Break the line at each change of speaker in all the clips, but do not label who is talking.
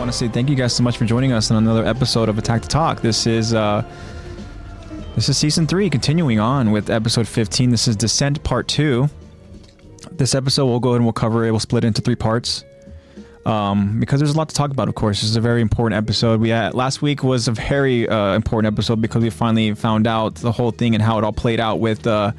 honestly, thank you guys so much for joining us on another episode of Attack the Talk. This is uh, this is season three, continuing on with episode fifteen. This is Descent Part Two. This episode we'll go ahead and we'll cover it. We'll split it into three parts um, because there's a lot to talk about. Of course, this is a very important episode. We had, last week was a very uh, important episode because we finally found out the whole thing and how it all played out with uh,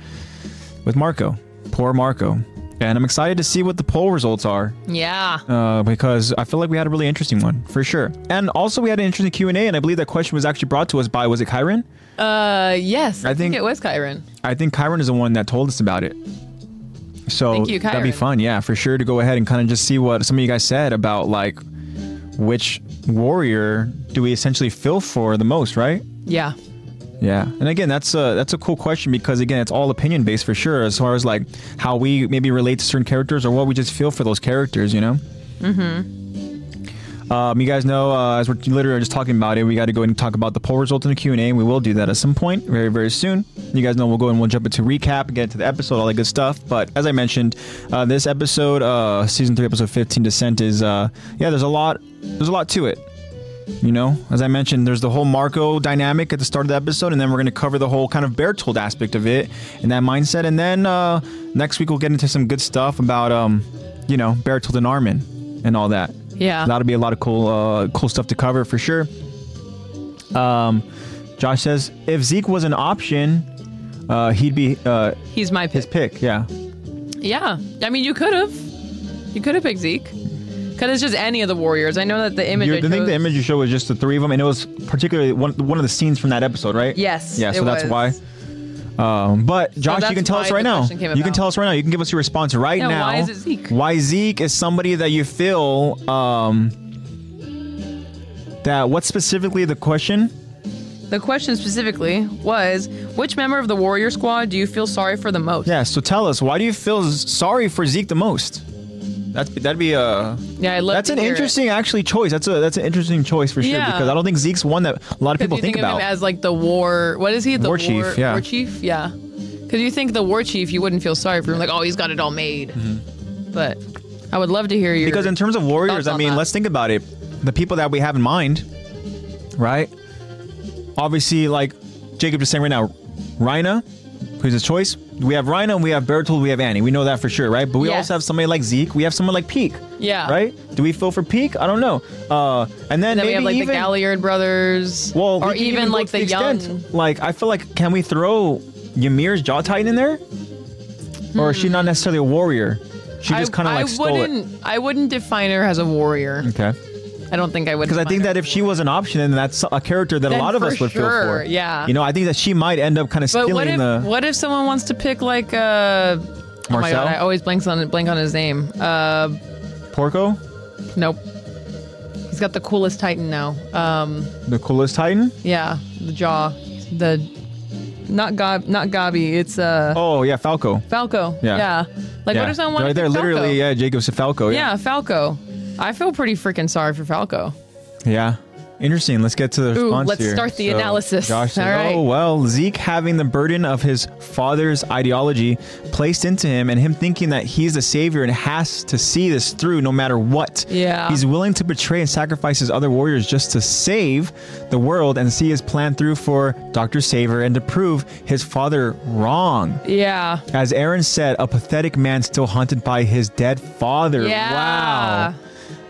with Marco, poor Marco. And I'm excited to see what the poll results are
Yeah.
uh, because I feel like we had a really interesting one for sure. And also we had an interesting Q and A, and I believe that question was actually brought to us by was it Kyron?
Uh, yes. I, think,
think-
it was Kyron.
I think Kyron is the one that told us about it. So
Thank you,
that'd be
Kyron.
fun, yeah, for sure to go ahead and kind of just see what some of you guys said about like which warrior do we essentially feel for the most, right?
Yeah.
Yeah, and again, that's a that's a cool question because again, it's all opinion based for sure, as far as like how we maybe relate to certain characters or what we just feel for those characters, you know. Mm-hmm. Um, you guys know, uh, as we're literally just talking about it, we got to go and talk about the poll results in the Q and A, and we will do that at some point, very very soon. You guys know we'll go and we'll jump into recap, get into the episode, all that good stuff. But as I mentioned, uh, this episode, uh, season three, episode fifteen, Descent is uh, yeah, there's a lot, there's a lot to it. You know, as I mentioned, there's the whole Marco dynamic at the start of the episode, and then we're going to cover the whole kind of Bertold aspect of it and that mindset. And then uh, next week we'll get into some good stuff about, um, you know, Bertold and Armin and all that.
Yeah.
That'll be a lot of cool, uh, cool stuff to cover for sure. Um, Josh says if Zeke was an option, uh, he'd be uh,
He's my
his
pick.
pick. Yeah,
Yeah. I mean, you could have. You could have picked Zeke. Because it's just any of the Warriors. I know that the image.
you,
I
I think the
chose-
image you showed was just the three of them, and it was particularly one one of the scenes from that episode, right?
Yes,
Yeah,
it
so that's
was.
why. Um, but Josh,
that's
you can tell
why
us right
the
now.
question came
You can
about.
tell us right now. You can give us your response right
Yeah,
now.
why is it Zeke?
Why Zeke is somebody that you feel um, that what specifically the question?
The question specifically was which member of the Warrior squad do you feel sorry for the most?
Yeah. So tell us, why do you feel s- sorry for Zeke the most? That's that'd be a
Yeah, I love
that's
to
an
hear it.
interesting actually choice. That's a that's an interesting choice for sure
Yeah.
because I don't think Zeke's one that a lot of
'Cause
people
you think,
about.
of him as like the war. What is he? The
War chief, yeah.
War chief. Yeah. Because you think the war chief, you wouldn't feel sorry for him. Like, oh, he's got it all made. But I would love to hear your.
Mm-hmm. Because in terms of warriors,
thoughts
I
on
mean,
that?
let's think about it. The people that we have in mind, right? Obviously, like Jacob is saying right now, Rhina, who's his choice. We have Rhina, we have Bertold, we have Annie. We know that for sure, right? But we
Yes.
also have somebody like Zeke. We have someone like Peak.
Yeah.
Right? Do we feel for Peak? I don't know. Uh, and then,
And then
maybe
we have like
even,
the Galliard brothers.
well, we
or
can
even,
go
like
to
the,
extent-
young.
Like, I feel like can we throw Ymir's Jaw Titan in there? Or is she not necessarily a warrior? She just kind of like
Hmm. I
stole it.
wouldn't. I wouldn't define her as a warrior.
Okay.
I don't think I would.
Because I think that if she was an option, then that's a character that
Then
a lot of
for
us would feel for.
sure, yeah.
You know, I think that she might end up kind of
But what
stealing
if
the.
what if someone wants to pick like uh Oh my
Marcel?
god, I always blanks on blank on his name. Uh,
Porco,
nope. He's got the coolest Titan now. Um,
the coolest Titan.
yeah, the jaw, the not Gob, not Gabi. It's uh
Oh yeah, Falco.
Falco.
Yeah.
Yeah. Like
yeah.
what if someone wanted
right there,
to pick
literally,
Falco?
yeah, Jacob's a Falco. Yeah.
yeah, Falco. I feel pretty freaking sorry for Falco.
Yeah. Interesting. Let's get to the
Ooh,
response
let's
here.
start the analysis.
Josh says,
All right.
"Oh well, Zeke having the burden of his father's ideology placed into him, and him thinking that he's the savior and has to see this through no matter what.
Yeah.
he's willing to betray and sacrifice his other warriors just to save the world and see his plan through for Doctor Saver and to prove his father wrong."
Yeah.
As Aaron said, a pathetic man still haunted by his dead father.
Yeah.
Wow.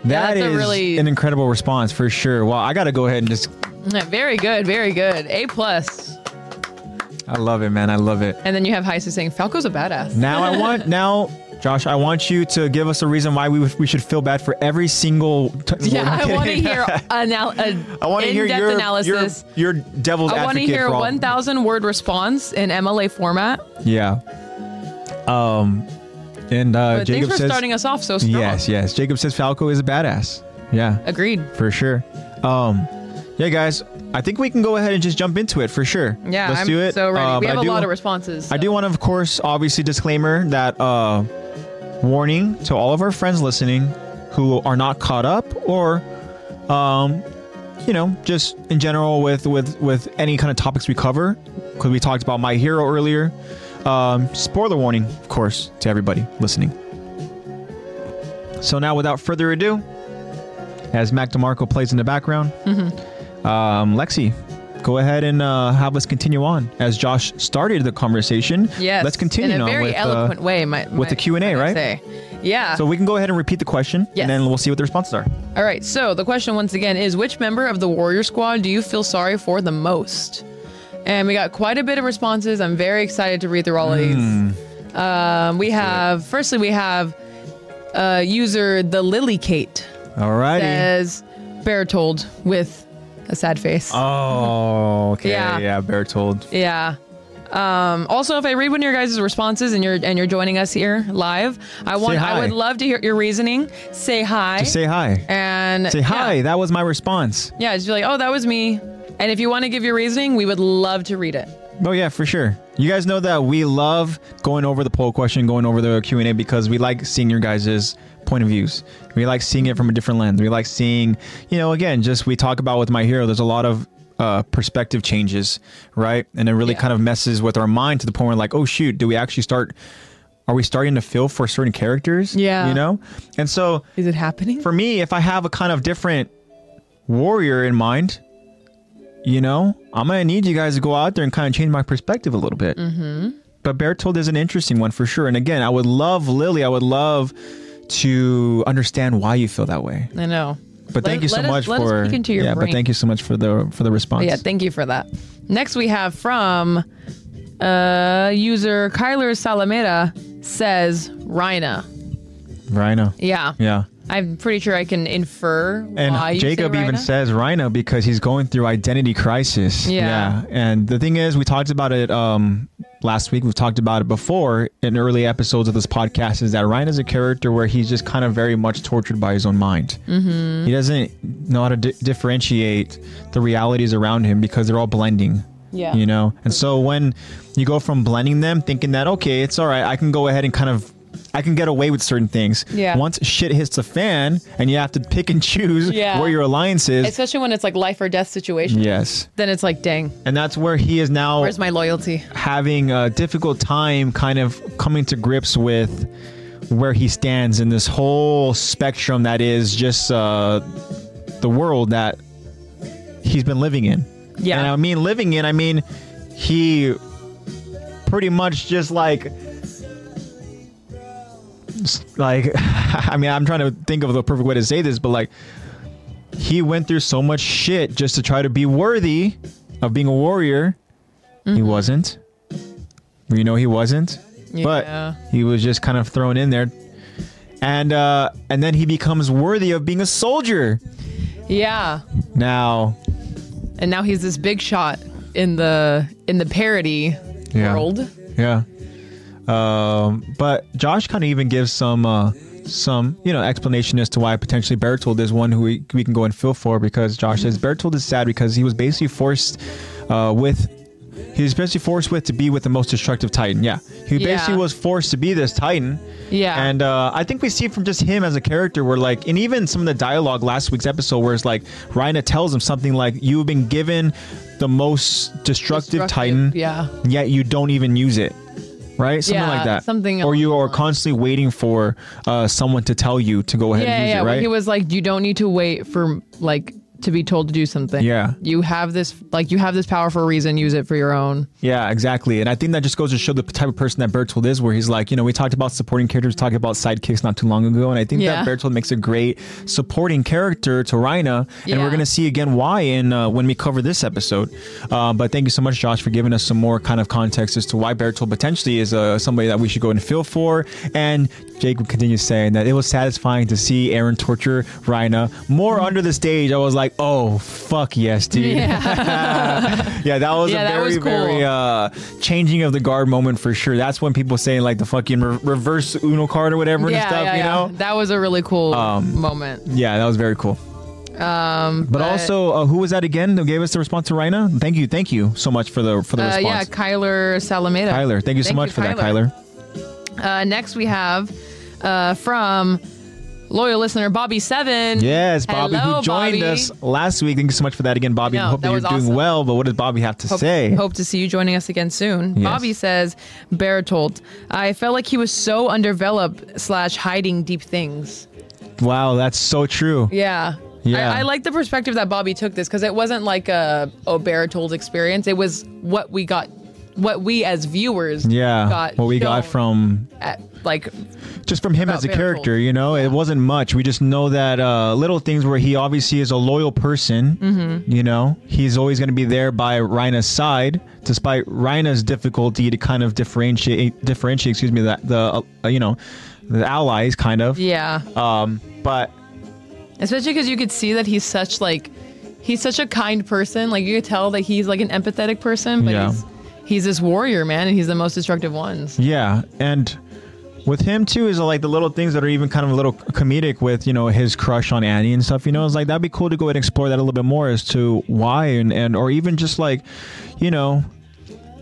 That
that's
is
a really-
an incredible response for sure. Well, I got to go ahead and just.
Yeah, Very good, very good. A plus.
I love it, man. I love it.
And then you have Heise saying Falco's a badass.
Now I want. Now. Josh, I want you to give us a reason why we, would- we should feel bad for every single. T-
Yeah,
I'm
I want to
kidding.
hear anal- a
I want to hear
in-depth
your,
analysis.
your your devil's
I want to
advocate
hear
for all-
1,000 word response in MLA format.
Yeah. Um, and uh,
But
Jacob
thanks for
says
starting us off so strong.
yes, yes. Jacob says Falco is a badass. Yeah.
Agreed.
for sure. Um, yeah, guys, I think we can go ahead and just jump into it for sure.
Yeah,
let's
I'm
do it.
so ready.
Uh,
we
but
have
I
a
do-
lot of responses.
I do want to, of course, obviously disclaimer that uh, warning to all of our friends listening who are not caught up or, um, you know, just in general with with with any kind of topics we cover, because we talked about My Hero earlier. Um, spoiler warning, of course, to everybody listening. So now, without further ado, as Mac DeMarco plays in the background.
Mm-hmm.
Um, Lexi, go ahead and uh, have us continue on as Josh started the conversation.
Yes.
let's continue
in a
on
very
with, uh,
eloquent way. My,
with the
my-
Q&A,
might I
right?
say. Yeah.
so we can go ahead and repeat the question,
Yes.
and then we'll see what the responses are.
All right. So the question once again is which member of the Warrior Squad do you feel sorry for the most? And we got quite a bit of responses. I'm very excited to read through all of these.
Hmm.
Um, we have, firstly, we have uh, user the Lily Kate
All righty.
says Bertold with a sad face.
Uh. Oh, okay.
Yeah.
Yeah, Bertold.
Yeah. Um, also, if I read one of your guys' responses and you're and you're joining us here live, I want
hi.
I would love to hear your reasoning. Say hi.
Just say hi.
and
Say
yeah.
hi. That was my response.
Yeah, just be like, oh, that was me. And if you want to give your reasoning, we would love to read it.
Oh yeah, for sure. You guys know that we love going over the poll question, going over the Q and A because we like seeing your guys' point of views. We like seeing it from a different lens. We like seeing, you know, again, just we talk about with my hero. There's a lot of uh, perspective changes, right? And it really
Yeah.
kind of messes with our mind to the point where like, oh shoot, do we actually start? Are we starting to feel for certain characters?
Yeah.
you know. And so
Is it happening?
for me, if I have a kind of different warrior in mind, you know, I'm gonna need you guys to go out there and kind of change my perspective a little bit. Mm-hmm. But Bertold is an interesting one for sure. And again, I would love Lily. I would love to understand why you feel that way.
I know.
But thank you so
let us-
much
let us
for
peek into your
yeah. But
brain. Oh,
thank you so much for the for the response.
Yeah, thank you for that. Next, we have from uh, user Kyler Salameda says Rhina.
Rhino.
Yeah.
Yeah.
I'm pretty sure I can infer
And
why you say
Jacob even
Rhina.
says Rhino because he's going through identity crisis.
Yeah.
And the thing is, we talked about it um, last week. We've talked about it before in early episodes of this podcast. Is that Rhino's a character where he's just kind of very much tortured by his own mind. Mm-hmm. He doesn't know how to di- differentiate the realities around him because they're all blending.
Yeah.
You know? And so when you go from blending them, thinking that, okay, it's all right, I can go ahead and kind of. I can get away with certain things.
Yeah.
Once shit hits the fan, and you have to pick and choose
Yeah.
where your alliance is.
Especially when it's like life or death situation.
yes.
Then it's like, dang,
And that's where he is now
where's my loyalty?
having a difficult time kind of coming to grips with where he stands in this whole spectrum that is just uh, the world that he's been living in.
Yeah.
And I mean living in, I mean he pretty much just like s- like I mean I'm trying to think of the perfect way to say this, but like he went through so much shit just to try to be worthy of being a warrior. He wasn't. You know he wasn't.
Yeah.
But he was just kind of thrown in there. And uh and then he becomes worthy of being a soldier.
Yeah.
Now
And now he's this big shot in the in the parody
Yeah.
world.
Yeah. Um, but Josh kind of even gives some uh, some you know explanation as to why potentially Bertold is one who we, we can go and feel for because Josh says Bertold is sad because he was basically forced uh, with he was basically forced with to be with the most destructive Titan. Yeah, he
Yeah.
basically was forced to be this Titan.
Yeah.
And uh, I think we see from just him as a character where like and even some of the dialogue last week's episode where it's like Rhina tells him something like you've been given the most destructive,
Destructive,
Titan
Yeah.
yet you don't even use it right something
Yeah,
like that
something
or you
along
are
those
constantly waiting for uh, someone to tell you to go ahead
Yeah,
and use
yeah.
it
When
right
he was like, you don't need to wait for like to be told to do something.
Yeah.
You have this like you have this power for a reason. Use it for your own.
yeah exactly and i think that just goes to show the type of person that bertold is where he's like you know we talked about supporting characters talked about sidekicks not too long ago and i think
Yeah.
that bertold makes a great supporting character to rhina and
Yeah.
we're going to see again why in uh, when we cover this episode uh, but thank you so much josh for giving us some more kind of context as to why bertold potentially is uh, somebody that we should go and feel for and jake would continue saying that it was satisfying to see aaron torture rhina more under the stage i was like oh fuck yes dude yeah, that was
Yeah,
a
that
very,
was cool.
very uh, changing of the guard moment for sure. That's when people saying like the fucking re- reverse Uno card or whatever
yeah,
and stuff,
yeah,
you
yeah.
know? Um,
That was a really cool moment.
Yeah, that was very cool. Um, but, also, uh, who was that again who gave us the response to Rhina? Thank you, thank you so much for the for the
Uh,
response.
yeah, Kyler Salameda.
Kyler, thank you so much for that, Kyler.
Uh, next we have uh, from loyal listener Bobby Seven.
Yes, Bobby,
Hello,
who joined
Bobby.
us last week. Thank you so much for that again, Bobby.
I know,
Hope
that
that you're
was
doing
awesome.
well. But what does Bobby have to
Hope,
say?
hope to see you joining us again soon.
Yes.
Bobby says, Bertolt, I felt like he was so underdeveloped slash hiding deep things.
Wow, that's so true.
Yeah.
Yeah.
I, I like the perspective that Bobby took this because it wasn't like a Oberatold experience. It was what we got, what we as viewers
yeah,
got.
what we got
shown
from
at, like
just from him
about
as a
Bear
character,
Told.
you know, it wasn't much. We just know that uh, little things where he obviously is a loyal person. You know, he's always going to be there by Rhina's side, despite Rhina's difficulty to kind of differentiate, differentiate. Excuse me, that the uh, you know, the allies kind of.
yeah,
Um, but
especially because you could see that he's such like he's such a kind person. Like you could tell that he's like an empathetic person, but
Yeah.
he's he's this warrior man, and he's the most destructive ones.
Yeah, and with him too is like the little things that are even kind of a little comedic with you know his crush on Annie and stuff. You know, it's like that'd be cool to go ahead and explore that a little bit more as to why and and or even just like, you know.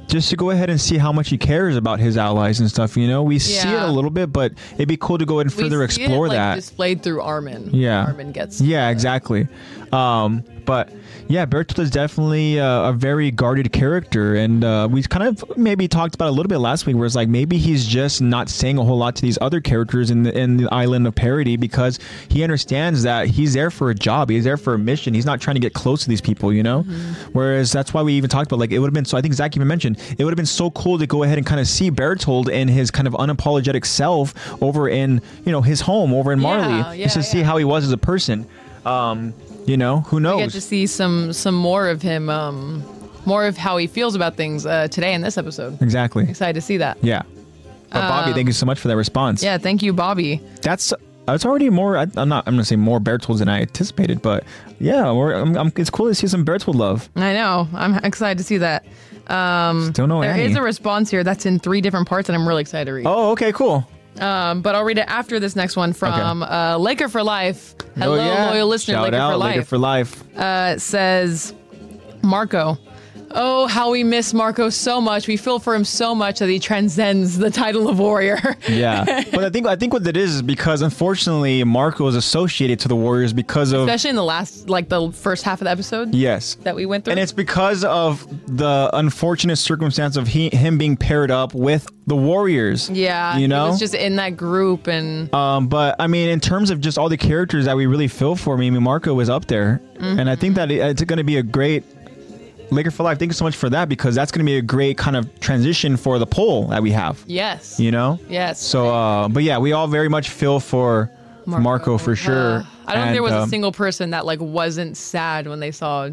Just to go ahead and see how much he cares about his allies and stuff, you know, we see it
Yeah.
a little bit, but it'd be cool to go ahead and
We
further
see it,
explore
like,
that.
displayed through Armin.
Yeah.
Armin gets.
Yeah, exactly. Um, but yeah, Bertolt is definitely uh, a very guarded character, and uh, we kind of maybe talked about it a little bit last week, where it's like maybe he's just not saying a whole lot to these other characters in the in the island of parody because he understands that he's there for a job, he's there for a mission, he's not trying to get close to these people, you know.
Mm-hmm.
Whereas that's why we even talked about like it would have been so. I think Zach even mentioned it would have been so cool to go ahead and kind of see Bertolt in his kind of unapologetic self over in you know his home over in Marley,
Yeah,
just to
yeah,
see
yeah.
how he was as a person. Um, you know, who
We get
knows?
to see some some more of him, um, more of how he feels about things uh, today in this episode.
exactly.
Excited to see that.
Yeah. But Bobby, thank you so much for that response.
Uh, Yeah, thank you, Bobby.
That's that's already more. I, I'm not. I'm gonna say more Bertold than I anticipated, but yeah, we're, I'm, I'm, it's cool to see some Bertold love.
I know. I'm excited to see that. Um,
Still no
there
Annie.
is a response here that's in three different parts, and I'm really excited to read.
oh, okay, cool.
Um, but I'll read it after this next one from uh, Laker for Life. Hello,
oh, yeah.
loyal listener,
Shout
Laker
out,
for Life.
Laker for life.
uh, says Marco. Oh, how we miss Marco so much. We feel for him so much that he transcends the title of warrior.
Yeah, but I think I think what it is is because unfortunately Marco is associated to the Warriors because of
Especially in the last, like the first half of the episode
yes,
that we went through.
and it's because of the unfortunate circumstance of he, him being paired up with the Warriors.
yeah,
you know,
it was just in that group, and
Um, but I mean, in terms of just all the characters that we really feel for, I mean, Marco was up there, and I
Mm-hmm.
think that it- it's going to be a great Laker for life. Thank you so much for that because that's going to be a great kind of transition for the poll that we have.
yes,
You know.
yes.
So, uh, but yeah, we all very much feel for Marco, for sure.
Uh, I don't think
And,
there was a
um,
single person that like wasn't sad when they saw,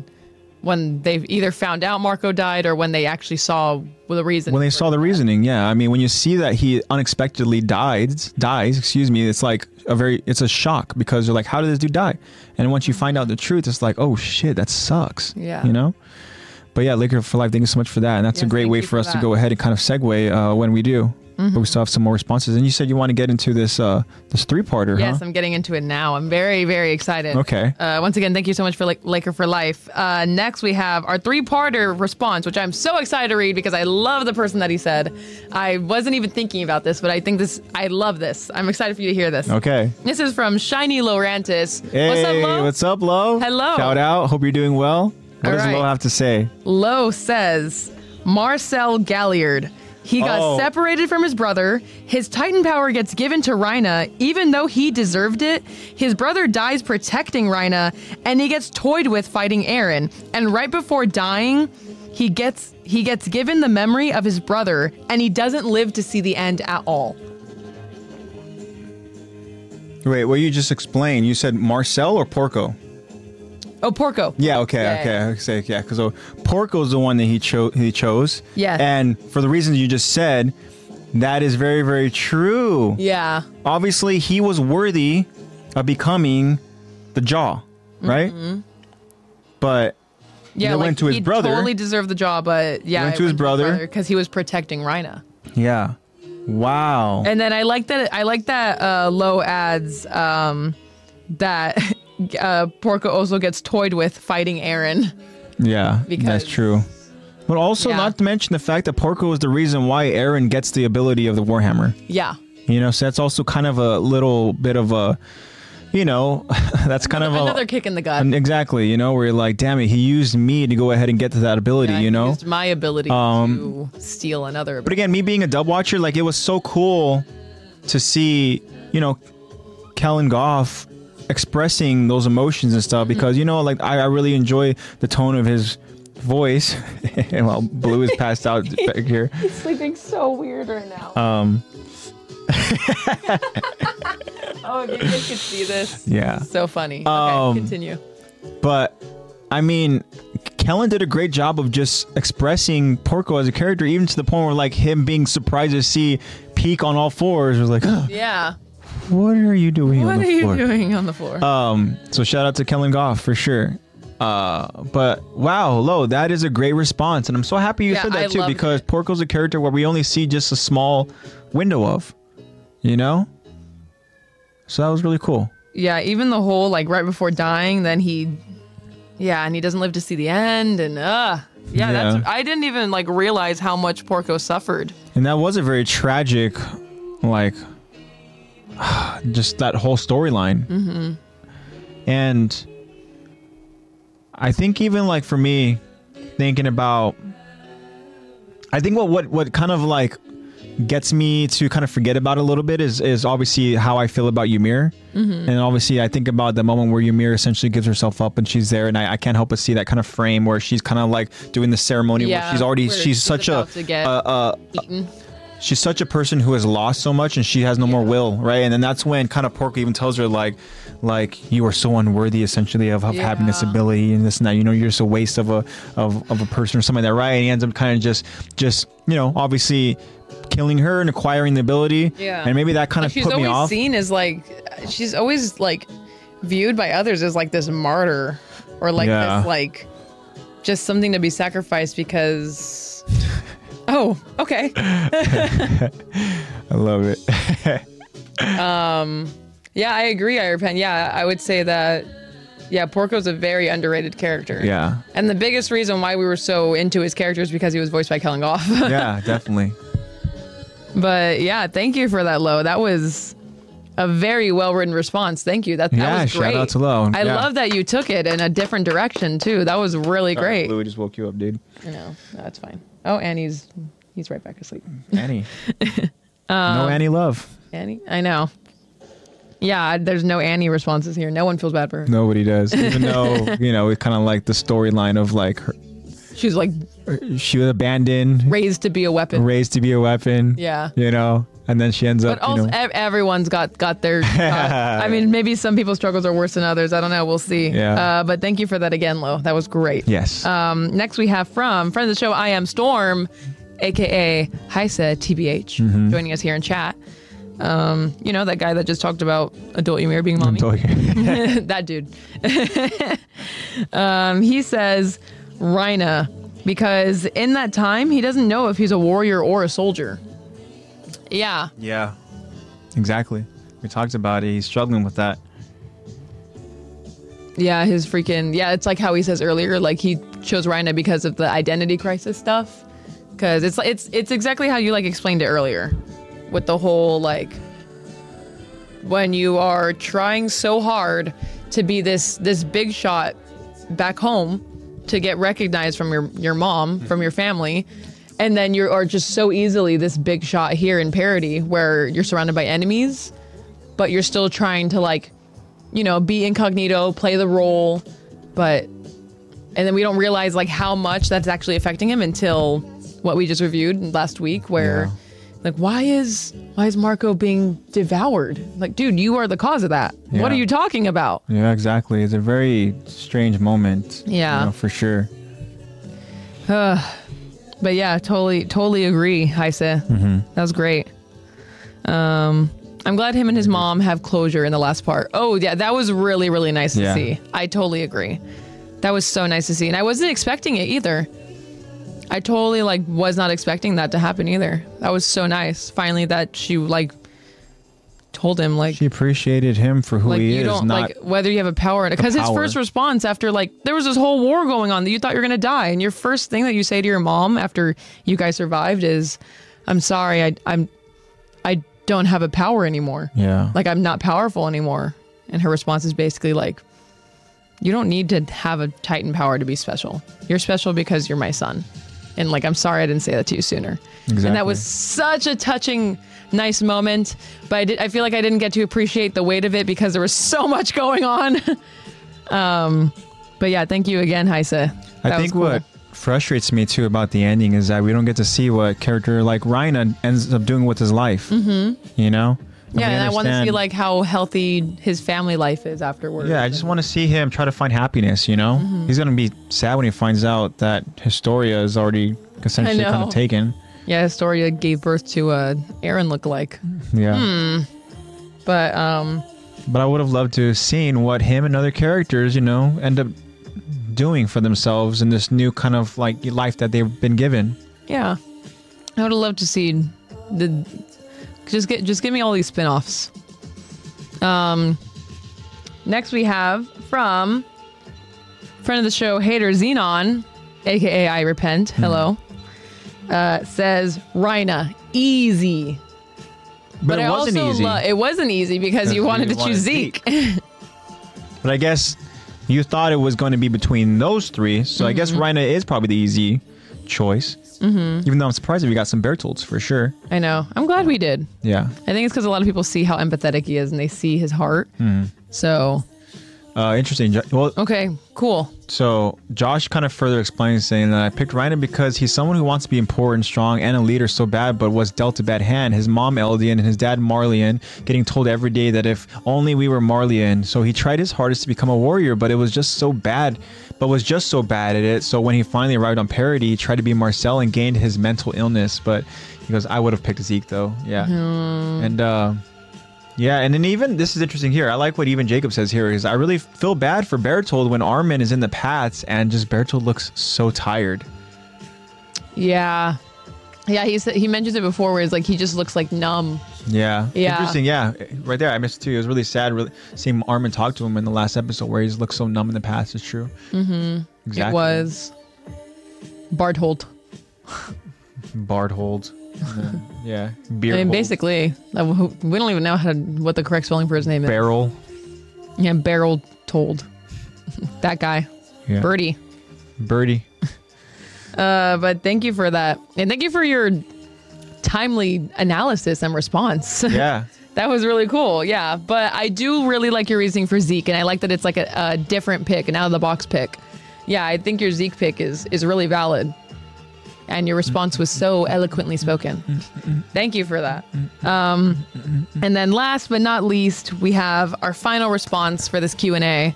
when they either found out Marco died or when they actually saw the reason.
when they saw the reasoning yeah i mean when you see that he unexpectedly dies dies excuse me it's like a very it's a shock because you're like how did this dude die and once you find out the truth it's like oh shit that sucks
Yeah.
you know but yeah liquor for life thank you so much for that and that's a
Yes,
great
thank
way
you
for
for
us to
that. Mm-hmm.
go ahead and kind of segue uh, when we do but we still have some more responses and you said you want to get into this uh this three-parter
Yes,
huh?
I'm getting into it now. I'm very, very excited.
Okay.
Uh, once again, thank you so much for Lak- Laker for Life. Uh, next, we have our three-parter response, which I'm so excited to read because I love the person that he said. I wasn't even thinking about this, but I think this. I love this. I'm excited for you to hear this.
okay
This is from Shiny Lorantis.
hey
what's up, Lo?
what's up lo
Hello.
shout out hope you're doing well what
All
does
right.
lo have to say
Lowe says Marcel Galliard. He got
Oh.
separated from his brother. His Titan power gets given to Rhina, even though he deserved it. His brother dies protecting Rhina, and he gets toyed with fighting Aaron. And right before dying, he gets he gets given the memory of his brother, and he doesn't live to see the end at all.
wait what you just explained you said marcel or porco
Oh, Porco.
Yeah. Okay.
Yeah,
okay.
yeah.
I say yeah. Because so Porco's the one that he chose. He chose.
Yes.
And for the reasons you just said, that is very very true.
Yeah.
Obviously, he was worthy of becoming the Jaw, right?
Mm-hmm.
But
Yeah,
It went to his
he
brother.
Totally deserved the job, but yeah,
Went
it
to his brother.
because he was protecting Rhina.
yeah. Wow.
And then I like that I like that uh, Low adds um, that uh, Porco also gets toyed with fighting Aaron.
yeah.
because-
that's true. But also,
Yeah.
not to mention the fact that Porco is the reason why Aaron gets the ability of the Warhammer.
Yeah.
You know, so that's also kind of a little bit of a, you know, that's kind of a,
Another kick in the gut.
And exactly, you know, where you're like, damn it, he used me to go ahead and get to that ability,
Yeah,
you
he
know? um,
used my ability to steal another.
but again, me being a dub watcher, like, it was so cool to see, you know, Kellen Goff expressing those emotions and
Mm-hmm.
stuff because you know, like I, I really enjoy the tone of his voice. well, Blue is passed out back here.
He's sleeping so weird right now.
Um,
oh, if you guys could see this.
yeah.
So funny. Okay,
Um,
continue.
but I mean, Kellen did a great job of just expressing Porco as a character, even to the point where like him being surprised to see Peak on all fours was like, "Ugh,
Yeah.
"What are you doing
What
on
are
the
you
floor?"
doing on the floor?
Um, so shout out to Kellen Goff for sure. Uh, but wow, Lo, that is a great response, and I'm so happy you
Yeah,
said that
I
too
loved
because Porco's a character where we only see just a small window of, you know. So that was really cool.
yeah, even the whole like right before dying, then he, yeah, and he doesn't live to see the end, and uh,
Yeah.
yeah, that's I didn't even like realize how much Porco suffered.
And that was a very tragic, like, just that whole storyline. Mm-hmm. And I think even like for me, thinking about, I think what what what kind of like gets me to kind of forget about it a little bit is is obviously how I feel about Ymir,
Mm-hmm.
and obviously I think about the moment where Ymir essentially gives herself up and she's there, and I, I can't help but see that kind of frame where she's kind of like doing the ceremony where
Yeah,
she's already
where
she's,
she's
such a,
about to get-
a a
Eaten.
she's such a person who has lost so much and she has no more will right and then that's when kind of pork even tells her like like you are so unworthy essentially of, of having this
Yeah.
ability and this and that you know you're just a waste of a of, of a person or something like that right and he ends up kind of just just you know obviously killing her and acquiring the ability
Yeah.
and maybe that kind of
she's
put me
always
off
seen as like she's always like viewed by others as like this martyr or like
Yeah.
this like just something to be sacrificed because oh okay
i love it
yeah i agree i repent yeah i would say that yeah porco's a very underrated character
yeah
and the biggest reason why we were so into his character is because he was voiced by kellen goff
yeah definitely
but yeah thank you for that low that was a very well written response. Thank you. That, that
Yeah,
was
shout
great.
out to Lo.
I
Yeah.
love that you took it in a different direction too. That was really great.
louis just woke you up dude
No, no, it's fine. Oh, Annie's he's right back asleep.
annie
Um,
no annie love
Annie, I know. Yeah, I- there's no Annie responses here. No one feels bad for her.
nobody does even though you know it's kind of like the storyline of like her,
She's like
she was abandoned,
raised to be a weapon.
raised to be a weapon.
Yeah.
You know, and then she ends
but
up, you
also,
know.
ev- everyone's got got their. got- I mean, maybe some people's struggles are worse than others. I don't know. We'll see.
Yeah.
Uh, but thank you for that again, Lo. That was great.
Yes.
Um, next, we have from friend of the show, I am Storm, aka Heisa TBH,
Mm-hmm.
joining us here in chat. Um, you know that guy that just talked about adult Ymir being mommy.
Totally.
that dude. um, he says Rhina because in that time he doesn't know if he's a warrior or a soldier. Yeah,
yeah. Exactly. We talked about it. He's struggling with that.
yeah, his freaking yeah. It's like how he says earlier, like he chose Rhina because of the identity crisis stuff. Because it's it's it's exactly how you like explained it earlier, with the whole like when you are trying so hard to be this this big shot back home to get recognized from your your mom from your family and then you are just so easily this big shot here in parody where you're surrounded by enemies but you're still trying to like you know be incognito play the role but and then we don't realize like how much that's actually affecting him until what we just reviewed last week where
Yeah.
like why is why is marco being devoured like dude you are the cause of that what
Yeah.
are you talking about
Yeah, exactly. It's a very strange moment. you
Yeah.
know, for sure.
but yeah totally totally agree heise
Mm-hmm.
that was great um i'm glad him and his mom have closure in the last part oh yeah that was really really nice to
Yeah.
see i totally agree that was so nice to see and i wasn't expecting it either i totally like was not expecting that to happen either that was so nice finally that she like told him like
She appreciated him for who
like
he
you
is,
don't
not
like whether you have a power because his
power.
first response after like there was this whole war going on that you thought you were gonna die and your first thing that you say to your mom after you guys survived is i'm sorry i i'm i don't have a power anymore
Yeah.
like i'm not powerful anymore and her response is basically like you don't need to have a titan power to be special you're special because you're my son and like I'm sorry I didn't say that to you sooner. And
Exactly.
that was such a touching, nice moment. But I did I feel like I didn't get to appreciate the weight of it because there was so much going on. um, but yeah, thank you again, Heise. I
I think what frustrates me too about the ending is that we don't get to see what character like Ryan ends up doing with his life. Mm-hmm. You know?
Yeah,
we
and I want to see
understand-
like how healthy his family life is afterwards.
Yeah, I just want to see him try to find happiness. You know,
Mm-hmm.
he's gonna be sad when he finds out that Historia is already essentially kind
know.
of taken.
yeah. Historia gave birth to a Aaron lookalike,
Yeah,
Hmm. but um,
but I would have loved to have seen what him and other characters, you know, end up doing for themselves in this new kind of like life that they've been given.
yeah, I would have loved to see the just get just give me all these spin-offs. Um, next we have from friend of the show hater Xenon, aka I repent.
Hmm.
Hello, uh, says Rhina easy.
But, it
I
wasn't
also
easy.
lo- it wasn't easy because you
Because
wanted
you
to choose
wanted
Zeke.
but I guess you thought it was going to be between those three, so I
Mm-hmm.
guess Reina is probably the easy choice. Mm-hmm. Even though I'm surprised if we got some Bertolds for sure.
I know. I'm glad we did.
Yeah.
I think it's because a lot of people see how empathetic he is and they see his heart.
Hmm.
So,
Uh, interesting. Jo- Well,
okay, cool.
So Josh kind of further explains, saying that I picked Ryan because he's someone who wants to be important, strong, and a leader so bad, but was dealt a bad hand. His mom Eldian and his dad Marlian getting told every day that if only we were Marlian. So he tried his hardest to become a warrior, but it was just so bad, but was just so bad at it. So when he finally arrived on parody, he tried to be Marcel and gained his mental illness. But he goes, I would have picked Zeke though. Yeah, and. uh yeah, and then even this is interesting here. I like what even Jacob says here is I really feel bad for Bertold when Armin is in the paths and just Bertold looks so tired.
Yeah. Yeah, he said he mentions it before where it's like he just looks like numb.
Yeah.
Yeah.
Interesting. Yeah. Right there. I missed it too. It was really sad really seeing Armin talk to him in the last episode where he's looked so numb in the past. It's true. Mm-hmm. Exactly.
It was Barthold.
Barthold. yeah.
I
Beer.
mean,
hold.
basically, uh, wh- we don't even know how to, what the correct spelling for his name is.
Barrel.
yeah, barrel told. that guy,
Yeah.
Birdie.
Birdie.
Uh, but thank you for that. And thank you for your timely analysis and response.
Yeah.
That was really cool. Yeah. But I do really like your reasoning for Zeke. And I like that it's like a, a different pick, an out of the box pick. Yeah. I think your Zeke pick is, is really valid. And your response was so eloquently spoken. Thank you for that. Um, and then last but not least, we have our final response for this Q&A,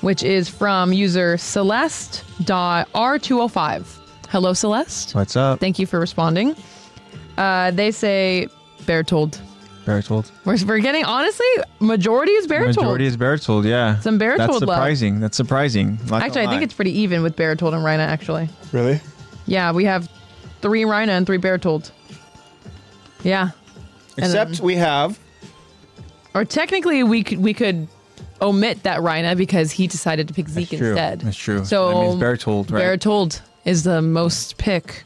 which is from user Celeste.r205. Hello, Celeste.
What's up?
Thank you for responding. Uh, they say Bertold.
Bertold.
We're, we're getting honestly majority is Baritold.
Majority is Bertold. Yeah.
Some Bertold
That's
love.
surprising. That's surprising. Not gonna
actually, I think
lie.
it's pretty even with Baritold and Rhina. Actually,
really.
yeah, we have three Rhina and three Baritold. Yeah,
Except we have
or technically we could we could omit that Rhina because he decided to pick Zeke
That's true.
instead.
That's true.
So
that means Bertold, right?
Baritold is the most pick.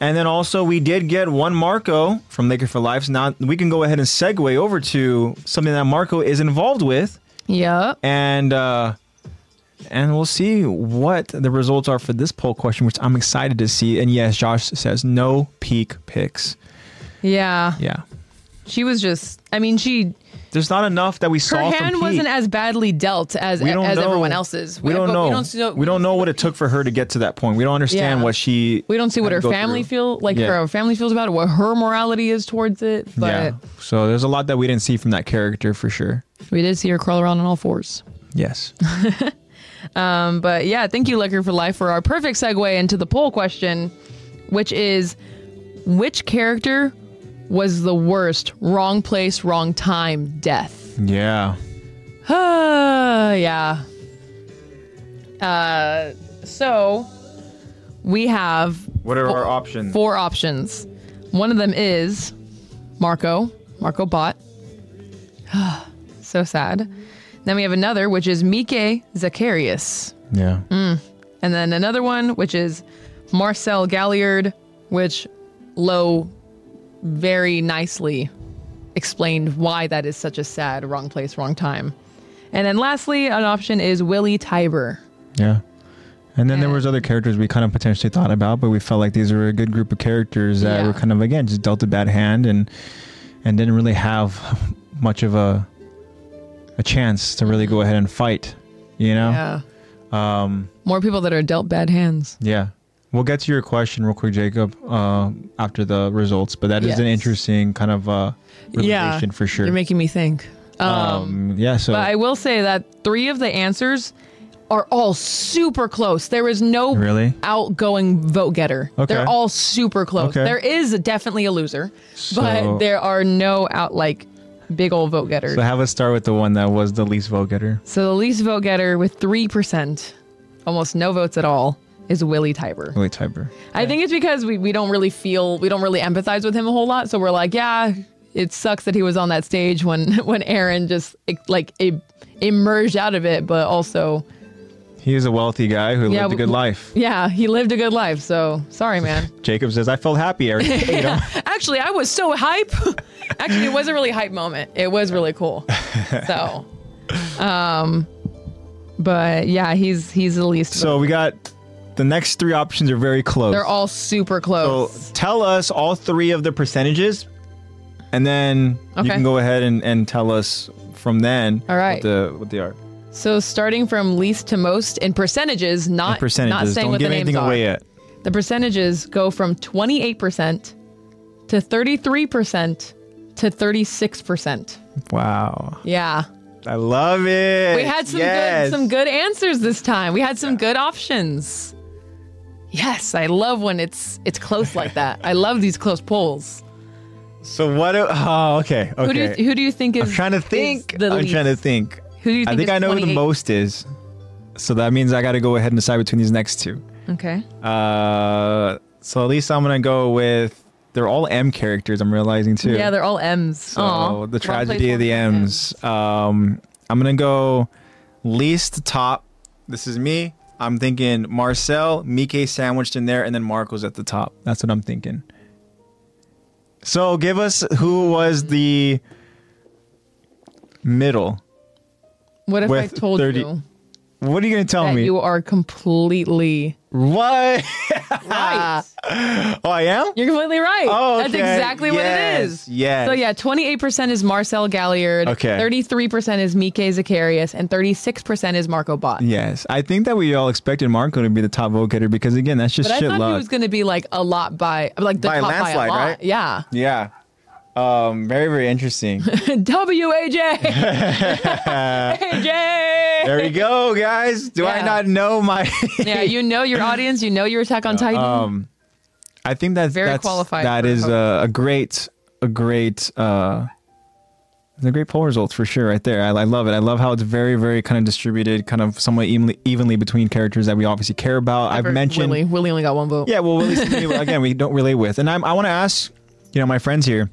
and then also we did get one Marco from Laker for Life. So now we can go ahead and segue over to something that Marco is involved with,
Yep.
and uh, and we'll see what the results are for this poll question, which I'm excited to see. And yes, Josh says no peak picks.
Yeah.
Yeah,
She was just. I mean, she
there's not enough that we
her
saw.
hand
from
wasn't
peak.
as badly dealt as
we don't
as
know.
everyone else's.
We don't
but
know.
We don't know.
We don't know what it took for her to get to that point. We don't understand
Yeah.
what she.
we don't see what
had to
her
go
family
through.
feel like
Yeah.
her family feels about it what her morality is towards it but
yeah. So there's a lot that we didn't see from that character for sure.
we did see her crawl around on all fours
Yes.
um, but yeah thank you liquor for life for our perfect segue into the poll question which is which character was the worst wrong place wrong time death
yeah.
Uh, yeah. Uh, so we have
What are our options?
four options. One of them is Marco, Marco Bot. so sad. Then we have another, which is Mike Zacharias.
Yeah.
Mm. And then another one, which is Marcel Galliard, which Lo very nicely explained why that is such a sad wrong place, wrong time. And then lastly, an option is Willie Tiber.
Yeah. And then there
Yeah.
was other characters we kind of potentially thought about, but we felt like these were a good group of characters that
Yeah.
were kind of again just dealt a bad hand and and didn't really have much of a a chance to really go ahead and fight. You know?
Yeah.
Um,
More people that are dealt bad hands.
yeah. We'll get to your question real quick, Jacob, uh, after the results. But that is an
Yes.
interesting kind of uh,
Yeah.
revelation for sure.
You're making me think. Um,
um, yeah. So
but I will say that three of the answers are all super close. There is no
Really?
outgoing vote getter.
Okay.
They're all super close.
Okay.
There is definitely a loser,
So-
but there are no out like big old vote getters.
so have us start with the one that was the least vote getter.
So the least vote getter with 3%, almost no votes at all, is Willie Tiber.
Wait, Tiber.
I think it's because we, we don't really feel, we don't really empathize with him a whole lot. So we're like, yeah, it sucks that he was on that stage when, when Aaron just like e- emerged out of it, but also,
He is a wealthy guy who
Yeah,
lived a good
w-
life.
yeah, he lived a good life. So sorry, man.
Jacob says, I felt happy, Eric. You know?
Actually, I was so hype. Actually, it was a really hype moment. It was really cool. So, um, but yeah, he's he's the least. vote-
so we got the next three options are very close.
They're all super
so
close.
tell us all three of the percentages, and then
Okay.
you can go ahead and, and tell us from then
All right.
what, the, what they are.
So starting from least to most in percentages, not
The percentages.
not saying
Don't
what
give
the
anything
names
away
are.
yet.
The percentages go from 28% to 33% to 36%.
Wow.
Yeah.
I love it.
We had some
Yes.
good some good answers this time. We had some good options. Yes, I love when it's it's close like that. I love these close polls.
So what? do- oh, okay. Okay.
Who do you, who do you think is
I'm trying to
is
think.
the
I'm
least?
trying to think.
Who do you
I
think
think
is
I know who the
28?
most is. So that means I got to go ahead and decide between these next two.
Okay.
Uh, so at least I'm gonna go with they're all M characters. I'm realizing too.
Yeah, they're all M's.
so
Aw.
the
One
tragedy
place,
of the
one place,
M's. Um, I'm gonna go least to top. This is me. I'm thinking Marcel, Mike sandwiched in there, and then Marco's at the top. That's what I'm thinking. So give us who was the middle.
What if I
with
told
30
you
What are you gonna tell
that
me?
you are completely
what?
right?
oh, I am.
You're completely right.
Oh,
That's
okay.
exactly what it
Yes,
is.
yes.
So yeah, 28% is Marcel Galliard.
Okay.
33% is Mike Zacharias, and 36% is Marco Bot.
Yes, I think that we all expected Marco to be the top vote getter because again, that's just
But I
shit
thought he
luck.
was going to be like a lot by like the
By a
top by
landslide,
a lot.
right?
Yeah.
yeah, um, very very interesting. Uh,
WAJ. AJ.
there we go, guys. Do I
Yeah.
not know my?
Yeah, you know your audience. You know your Attack on Titan.
um, I think that
Very
that's,
qualified
That
for
is
vote.
a, a great, a great, uh, it's a great poll results for sure, right there. I, I love it. I love how it's very very kind of distributed, kind of somewhat evenly, evenly between characters that we obviously care about. I've
For
mentioned
Willie. Willie only got one vote.
Yeah, well, Willie's somebody, again, we don't relate with. And I'm, I want to ask, you know, my friends here,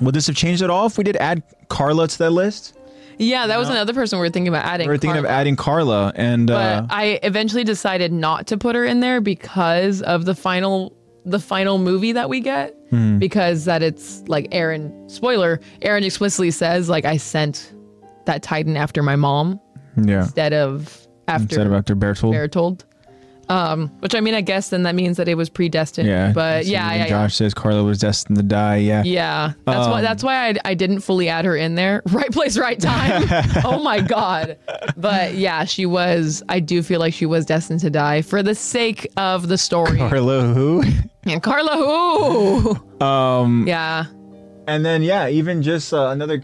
would this have changed at all if we did add Carla to that list?
Yeah, that was another person we were thinking about adding.
We were thinking of
Carla.
adding Carla, and
but
uh,
I eventually decided not to put her in there because of the final the final movie that we get
Hmm.
because that it's like Aaron spoiler Aaron explicitly says like I sent that Titan after my mom
yeah,
instead of after
instead of Dr. Bertold.
Bertold. Um, which I mean, I guess then that means that it was predestined.
yeah,
but
so
yeah,
when
yeah, yeah,
Josh Um, says Carla was destined to die. Yeah,
yeah. That's why that's why I, I didn't fully add her in there. Right place, right time. oh my god. But yeah, she was. I do feel like she was destined to die for the sake of the story.
Carla who?
and Carla, who?
um,
yeah,
and then yeah, even just uh, another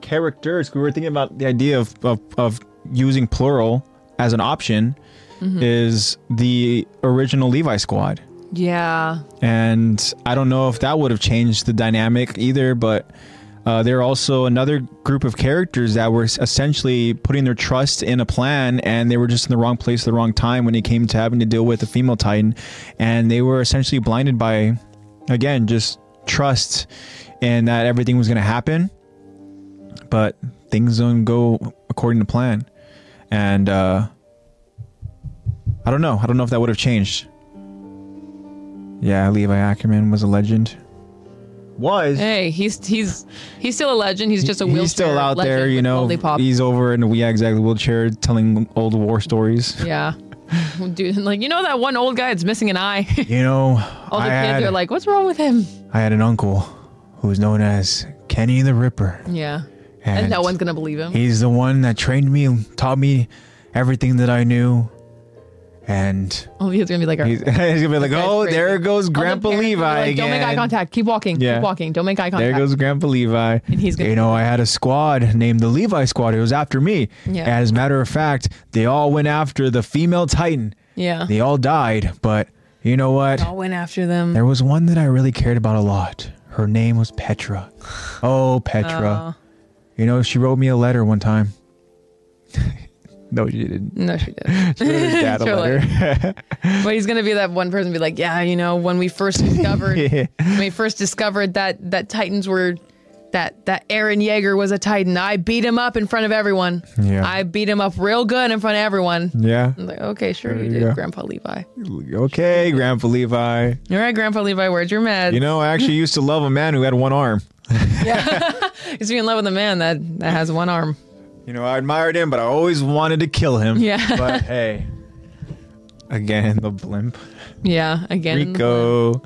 characters. We were thinking about the idea of of, of using plural as an option.
Mm-hmm.
Is the original Levi squad?
yeah.
and I don't know if that would have changed the dynamic either. But uh, there are also another group of characters that were essentially putting their trust in a plan, and they were just in the wrong place at the wrong time when it came to having to deal with a female Titan, and they were essentially blinded by, again, just trust and that everything was going to happen. But things don't go according to plan, and uh, I don't know. I don't know if that would have changed. Yeah, Levi Ackerman was a legend. Was.
Hey, he's he's he's still a legend. He's just a wheelchair.
He's still out
legend
there, you
with
know.
Lollipop.
He's over in a yeah, exactly wheelchair telling old war stories.
yeah. Dude, like you know that one old guy that's missing an eye.
You know,
All the
I,
kids
had,
are like, "What's wrong with him?"
I had an uncle who was known as Kenny the Ripper.
Yeah, and,
And,
no one's gonna believe him.
He's the one that trained me, taught me everything that I knew. And
Only he's gonna be like,
he's, he's going to be like,
That's
oh,
crazy.
there goes
All the
Grandpa
parents will be
Levi
like,
again.
Don't make eye contact. Keep walking.
Yeah.
Keep walking. Don't make eye contact.
There goes Grandpa Levi. And
he's gonna-
you know, I had a squad named the Levi Squad. It was after me.
Yeah.
As a matter of fact, they all went after the female Titan.
Yeah.
They all died, but you know what?
all went after them.
There was one that I really cared about a lot. Her name was Petra. Oh,
Uh,
Petra. You know, she wrote me a letter one time. no, she didn't.
no, she did.
She wrote her dad a
Sure,
letter.
But he's gonna be that one person, be like, "Yeah, you know, when we first discovered,
Yeah.
when we first discovered that that Titans were." That, that Aaron Yeager was a Titan. I beat him up in front of everyone.
Yeah.
I beat him up real good in front of everyone.
yeah.
I'm like, okay, sure
There
you
you
did,
go.
Grandpa Levi.
Okay, Grandpa Levi.
All right, Grandpa Levi, where's your meds?
You know, I actually used to love a man who had one arm.
He's in love with a man that, that has one arm.
You know, I admired him, but I always wanted to kill him.
Yeah.
But hey, again, the blimp.
Yeah, again.
Rico,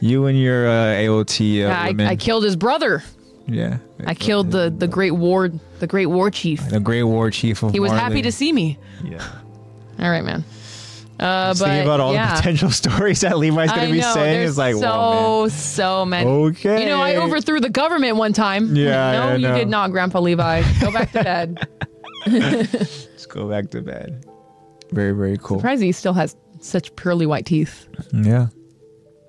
you and your uh, AOT uh,
I,
women.
I killed his brother.
yeah.
I killed the, the great ward, the great war chief.
the Great War Chief of
He was happy to see me.
Yeah.
All right, man. Uh,
Just think
but
about all
yeah.
the potential stories that Levi's going
I
to be
know,
saying.
there's
It's like,
so
wow,
so many.
man. Okay.
You know, I overthrew the government one time.
Yeah,
no,
I
you
know.
did not, Grandpa Levi. Go back to bed.
Let's go back to bed. Very, very cool.
Surprised he still has such purely white teeth.
Yeah.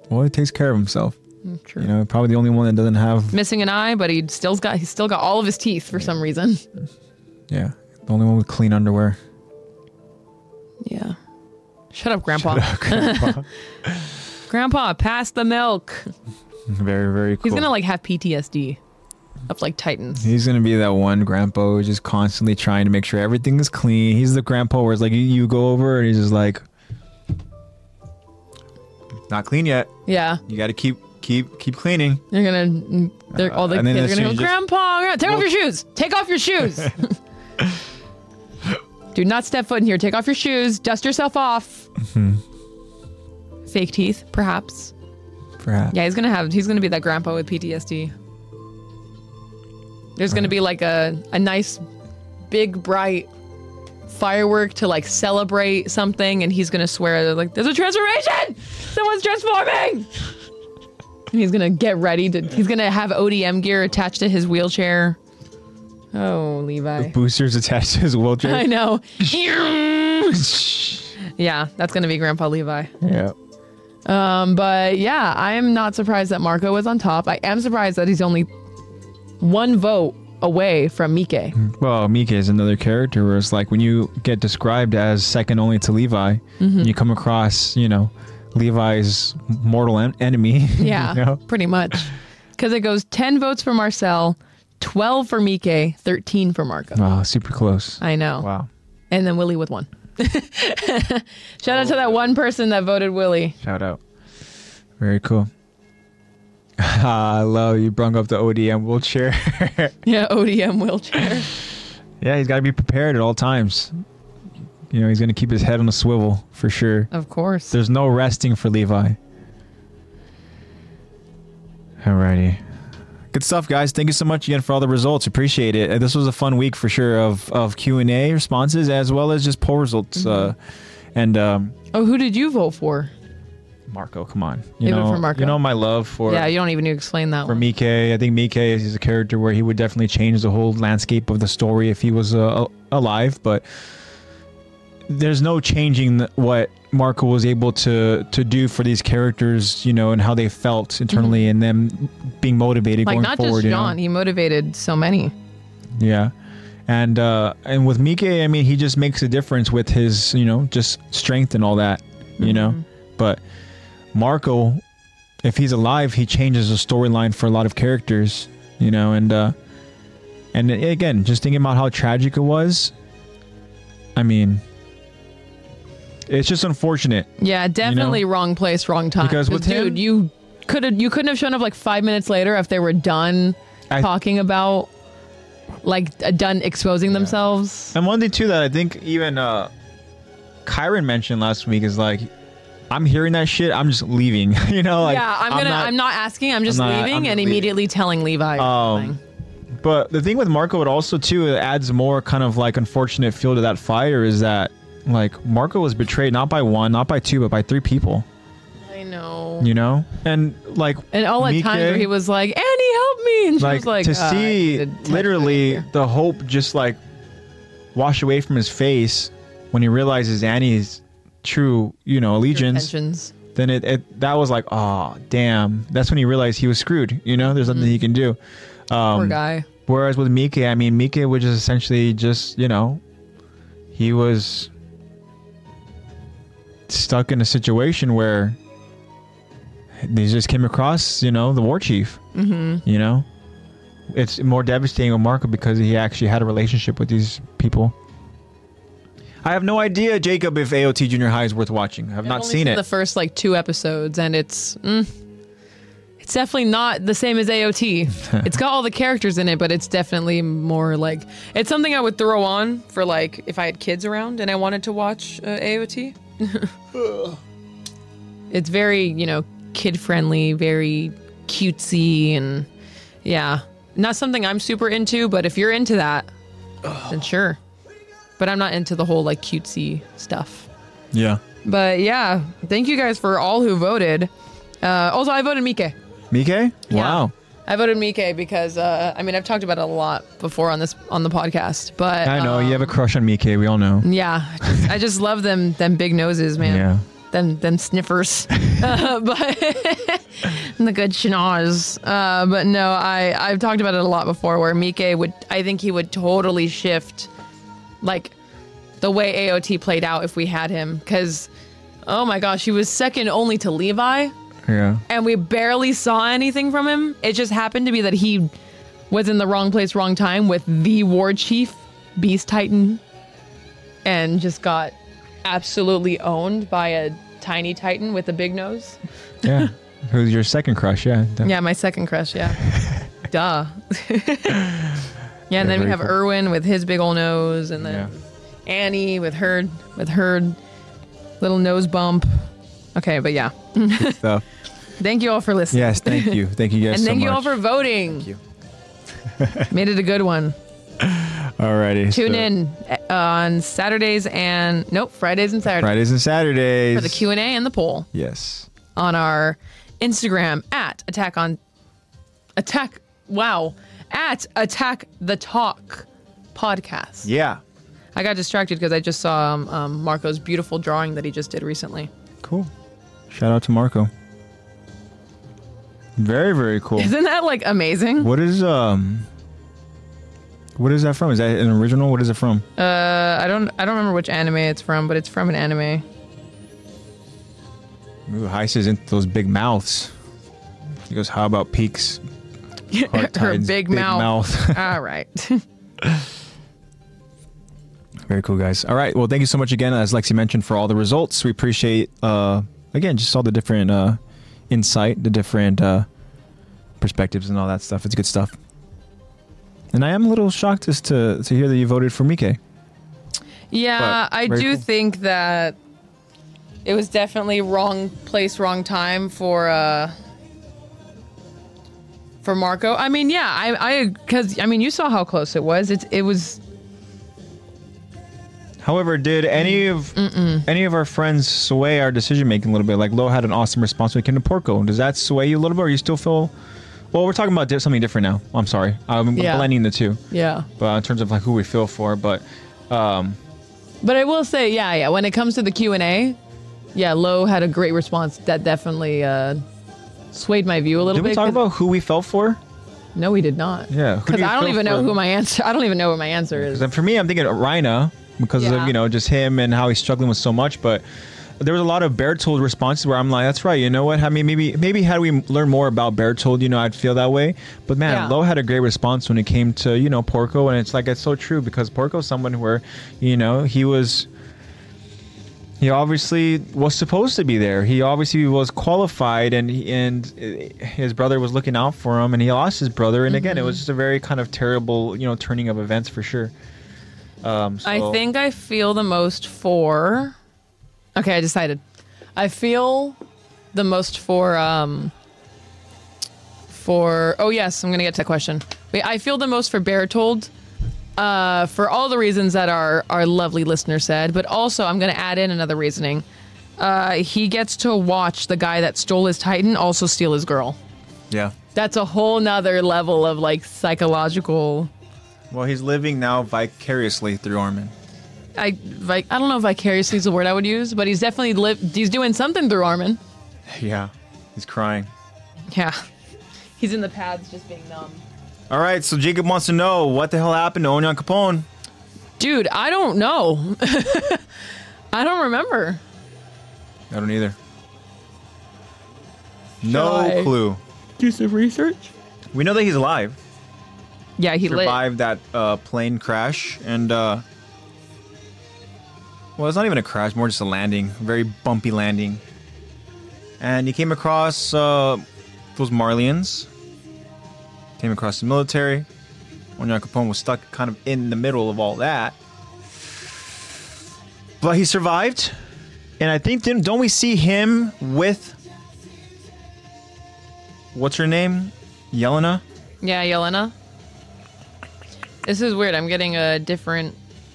Well, he takes care of himself.
True.
You know, probably the only one that doesn't have.
missing an eye, but he still's got he's still got all of his teeth for some reason.
Yeah. The only one with clean underwear.
Yeah. Shut up, Grandpa. Grandpa, pass the milk.
Very, very cool.
He's gonna like have PTSD of like Titans.
He's gonna be that one grandpa who's just constantly trying to make sure everything is clean. He's the grandpa where it's like you, you go over and he's just like, not clean yet.
Yeah,
You got to keep keep keep cleaning.
they're gonna they're all the
Uh, and then as
kids are
soon
gonna go,
as you just-
Grandpa, Grandpa, take off your shoes. Take off your shoes. Do not step foot in here. Take off your shoes. Dust yourself off.
Mm-hmm.
Fake teeth, perhaps.
Perhaps.
Yeah, he's gonna have he's gonna be that grandpa with PTSD. There's gonna be like a, a nice big bright firework to like celebrate something and he's gonna swear like there's a transformation! Someone's transforming And he's gonna get ready to he's gonna have ODM gear attached to his wheelchair. Oh Levi.
Boosters attached to his wheelchair.
I know. yeah, that's gonna be Grandpa Levi.
Yeah.
Um, but yeah, I am not surprised that Marco was on top. I am surprised that he's only one vote away from Mike.
Well, Mika is another character where it's like when you get described as second only to Levi, you come across, you know, Levi's mortal en- enemy.
Yeah,
you know?
pretty much. Because it goes 10 votes for Marcel, 12 for Mike, 13 for Marco.
Wow, Oh, super close.
I know.
Wow.
And then Willie with one. Shout
Oh,
out to that one person that voted Willie.
Shout out. Very cool. I love you brung up the ODM wheelchair.
Yeah, ODM wheelchair.
yeah, he's got to be prepared at all times. You know, he's going to keep his head on a swivel for sure.
Of course.
There's no resting for Levi. Alrighty. Good stuff, guys. Thank you so much again for all the results. Appreciate it. Uh, This was a fun week for sure of of Q and A responses as well as just poll results.
Mm-hmm.
Uh, and um,
Oh, who did you vote for?
Marco, come on, you
Even
know,
for Marco.
you know my love for
yeah, you don't even need to explain that
for
one.
Mike. I think Mike is he's a character where he would definitely change the whole landscape of the story if he was uh, alive, but there's no changing th- what Marco was able to to do for these characters, you know, and how they felt internally and them being motivated
Mm-hmm.
going
Like, not
forward.
just
you know?
John, he motivated so many.
Yeah. And uh and with Mike, I mean he just makes a difference with his, you know, just strength and all that, you
Mm-hmm.
know. But Marco, if he's alive, he changes the storyline for a lot of characters, you know, and uh and again, just thinking about how tragic it was, I mean it's just unfortunate.
Yeah, definitely wrong place, wrong time.
Because with him-
dude, you could have you couldn't have shown up like five minutes later if they were done
I-
talking about like uh, done exposing themselves.
And one thing too that I think even uh Kyron mentioned last week is like, I'm hearing that shit. I'm just leaving. you know, like
yeah, I'm gonna. I'm not, asking. I'm just
I'm not-
leaving
I'm
and
leaving.
immediately telling Levi.
Um,
Um,
But the thing with Marco, it also too it adds more kind of like unfortunate feel to that fire is that like Marco was betrayed not by one, not by two, but by three people.
I know.
You know, and like
and all at
Mike,
times where he was like, "Annie, help me!" And she
like,
was like,
to
"Uh, I
see
needed touch
literally
right here."
the hope just like wash away from his face when he realizes Annie's true you know allegiance.
Intentions.
then it, it that was like oh damn that's when he realized he was screwed you know there's nothing he can do um
Mm-hmm. Poor guy.
whereas with mike i mean mike was just essentially just you know he was stuck in a situation where they just came across you know the war chief mm-hmm. you know it's more devastating with marco because he actually had a relationship with these people I have no idea, Jacob, if AOT Junior High is worth watching. I have
I've
not
only
seen it.
The first like two episodes, and it's mm, it's definitely not the same as AOT. it's got all the characters in it, but it's definitely more like it's something I would throw on for like if I had kids around and I wanted to watch uh, AOT. it's very you know kid friendly, very cutesy, and yeah, not something I'm super into. But if you're into that, then sure. But I'm not into the whole like cutesy stuff.
Yeah.
But yeah, thank you guys for all who voted. Uh, also, I voted Mike.
Mike? Wow.
I voted Mike because uh, I mean I've talked about it a lot before on this on the podcast, but
I know.
um,
you have a crush on Mike. We all know.
yeah, I just- I just love them them big noses, man.
Yeah.
Them them sniffers, uh, but and the good schnoz. Uh, but no, I I've talked about it a lot before. Where Mike would, I think he would totally shift, like the way AOT played out if we had him. Because oh my gosh, he was second only to Levi
Yeah.
and we barely saw anything from him. It just happened to be that he was in the wrong place, wrong time with the war chief, Beast Titan, and just got absolutely owned by a tiny Titan with a big nose.
Yeah. Who's your second crush? Yeah. def-
Yeah, my second crush, yeah. Duh. yeah, and then we
very
have
cool.
Erwin with his big old nose, and
Yeah.
then Annie with her with her little nose bump. Okay, but yeah.
So,
Thank you all for listening.
yes. Thank you. Thank you guys
And
so
thank you all
much.
for voting. Made it a good one.
Alrighty.
Tune
so
in uh, on Saturdays and nope, Fridays and Saturdays
Fridays and Saturdays.
for the Q and A and the poll
Yes.
on our Instagram at Attack on Attack. Wow, at Attack the Talk podcast.
Yeah.
I got distracted because I just saw um, um, Marco's beautiful drawing that he just did recently.
Cool. Shout out to Marco. Very very cool.
Isn't that like amazing?
What is um? What is that from? Is that an original? What is it from?
Uh, I don't I don't remember which anime it's from, but it's from an anime.
Ooh, Heist is into those big mouths. He goes, "How about peaks?"
Her
Tides,
big,
big
mouth.
mouth.
All right.
Very cool, guys. All right. Well, thank you so much again, as Lexi mentioned, for all the results. We appreciate, uh, again, just all the different uh, insight, the different uh, perspectives, and all that stuff. It's good stuff. And I am a little shocked as to to hear that you voted for Mike.
Yeah,
but
I
very
do
cool.
think that it was definitely wrong place, wrong time for uh for Marco. I mean, yeah, I I cuz I mean, you saw how close it was. It's it was
However, did any of any of our friends sway our decision making a little bit? Like Lo had an awesome response when it came to Porco. Does that sway you a little bit, or you still feel? Well, we're talking about di- something different now. I'm sorry. I'm
Yeah.
blending the two,
yeah.
but in terms of like who we feel for, but um,
But I will say, yeah, yeah, when it comes to the Q&A, yeah, Lo had a great response that definitely uh swayed my view a little
did
bit.
we talk
'cause-
about who we felt for?
No, we did not.
Yeah, who do
Cuz
you
I don't
feel
even know
for?
who my answer I don't even know what my answer is.
Because for me, I'm thinking Rhino because of
Yeah.
you know just him and how he's struggling with so much. But there was a lot of Bertold responses where I'm like, that's right. You know what? I mean, maybe maybe had we learned more about Bertold, you know, I'd feel that way. But man,
Yeah.
Lo had a great response when it came to you know Porco, and it's like it's so true because Porco's someone where you know he was. He obviously was supposed to be there. He obviously was qualified, and he, and uh, his brother was looking out for him, and he lost his brother. And again, it was just a very kind of terrible, you know, turning of events for sure. Um,
I
so-
think I feel the most for Okay, I decided. I feel the most for um for oh yes, I'm gonna get to that question. Wait, I feel the most for Bertold, uh, for all the reasons that our our lovely listener said, but also I'm gonna add in another reasoning. Uh, he gets to watch the guy that stole his Titan also steal his girl.
Yeah.
That's a whole nother level of like psychological.
Well, he's living now vicariously through Armin.
I like I don't know if vicariously is the word I would use, but he's definitely li- he's doing something through Armin.
Yeah. He's crying.
Yeah. He's in the pads just being numb.
All right, so Jacob wants to know what the hell happened to Onion Capone.
Dude, I don't know. I don't remember.
I don't either.
Shall
No
I-
clue.
Do some research?
We know that he's alive.
Yeah, he lit.
survived that uh, plane crash and uh, well it's not even a crash more just a landing a very bumpy landing and he came across uh, those marlians came across the military Onya Capone was stuck kind of in the middle of all that but he survived and I think didn't don't we see him with what's her name Yelena
Yeah, Yelena. This is weird. I'm getting a different.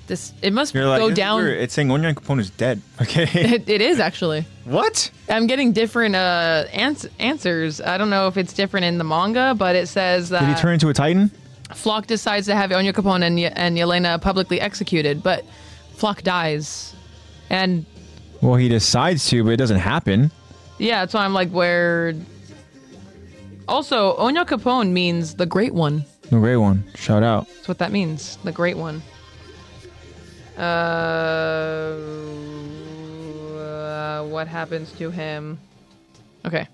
This it must
You're like,
go
"This is
down.
weird." It's saying Onion Capone is dead. Okay.
It, it is actually.
what?
I'm getting different uh ans- answers. I don't know if it's different in the manga, but it says that
Did he turn into a Titan?
Flock decides to have Onya Capone and, Ye- and Yelena publicly executed, but Flock dies. And
Well, he decides to, but it doesn't happen.
yeah, that's why I'm like, where. Also, Onya Capone means the great one.
The gray one. Shout out.
That's what that means. The great one. Uh, uh, what happens to him? Okay.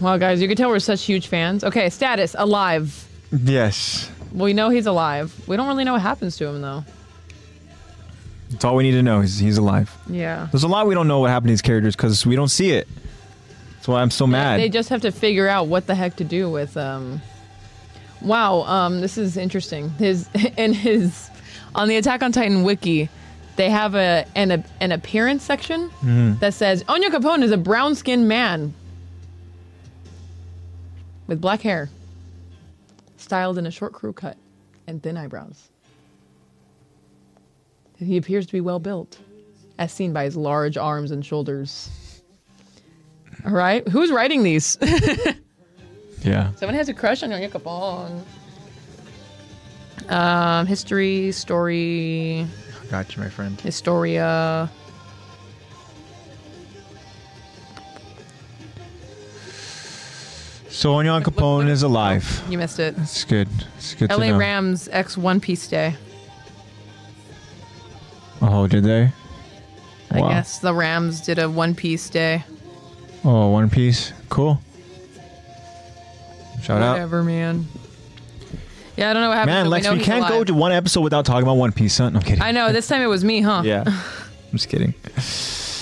wow, guys, you can tell we're such huge fans. Okay, status alive.
Yes.
We know he's alive. We don't really know what happens to him though.
That's all we need to know. He's, he's alive.
Yeah.
There's a lot we don't know what happened to these characters because we don't see it. That's why I'm so mad.
They just have to figure out what the heck to do with um Wow, um this is interesting. His in his on the Attack on Titan wiki, they have a an an appearance section that says Onya Capone is a brown-skinned man with black hair, styled in a short crew cut and thin eyebrows. He appears to be well built, as seen by his large arms and shoulders. All right, who's writing these?
yeah.
Someone has a crush on Onya Capone. Um, history, story,
Got you, my friend.
historia.
So Onion Capone is alive.
You missed it.
It's good. It's good to
LA
know.
Rams X One Piece Day.
oh, did they? Wow.
I guess the Rams did a One Piece Day.
Oh, One Piece. Cool. Shout out.
Whatever, man. Yeah, I don't know what happened.
Man,
but
Lex,
we, know
we
he's
can't go
alive.
to one episode without talking about One Piece, son. I'm kidding.
I know this time it was me, huh?
Yeah. I'm just kidding.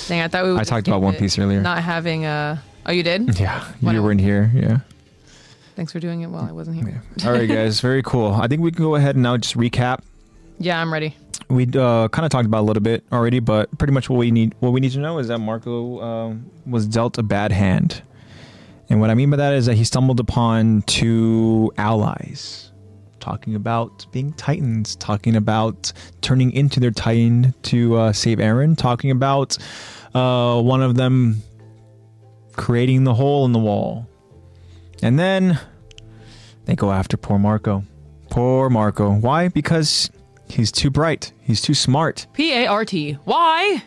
Dang, I thought we. would
I
just
talked about
skip
One
it.
Piece Hmm. earlier.
Not having a. Oh, you did?
Yeah, you
Whatever.
weren't here. Yeah.
Thanks for doing it while I wasn't here.
All right, guys. Very cool. I think we can go ahead and now just recap.
Yeah, I'm ready.
We uh, kind of talked about it a little bit already, but pretty much what we need what we need to know is that Marco um, was dealt a bad hand, and what I mean by that is that he stumbled upon two allies, talking about being titans, talking about turning into their titan to uh, save Aaron, talking about uh, one of them creating the hole in the wall, and then they go after poor Marco. Poor Marco. Why? Because he's too bright. He's too smart.
P A R T. Why?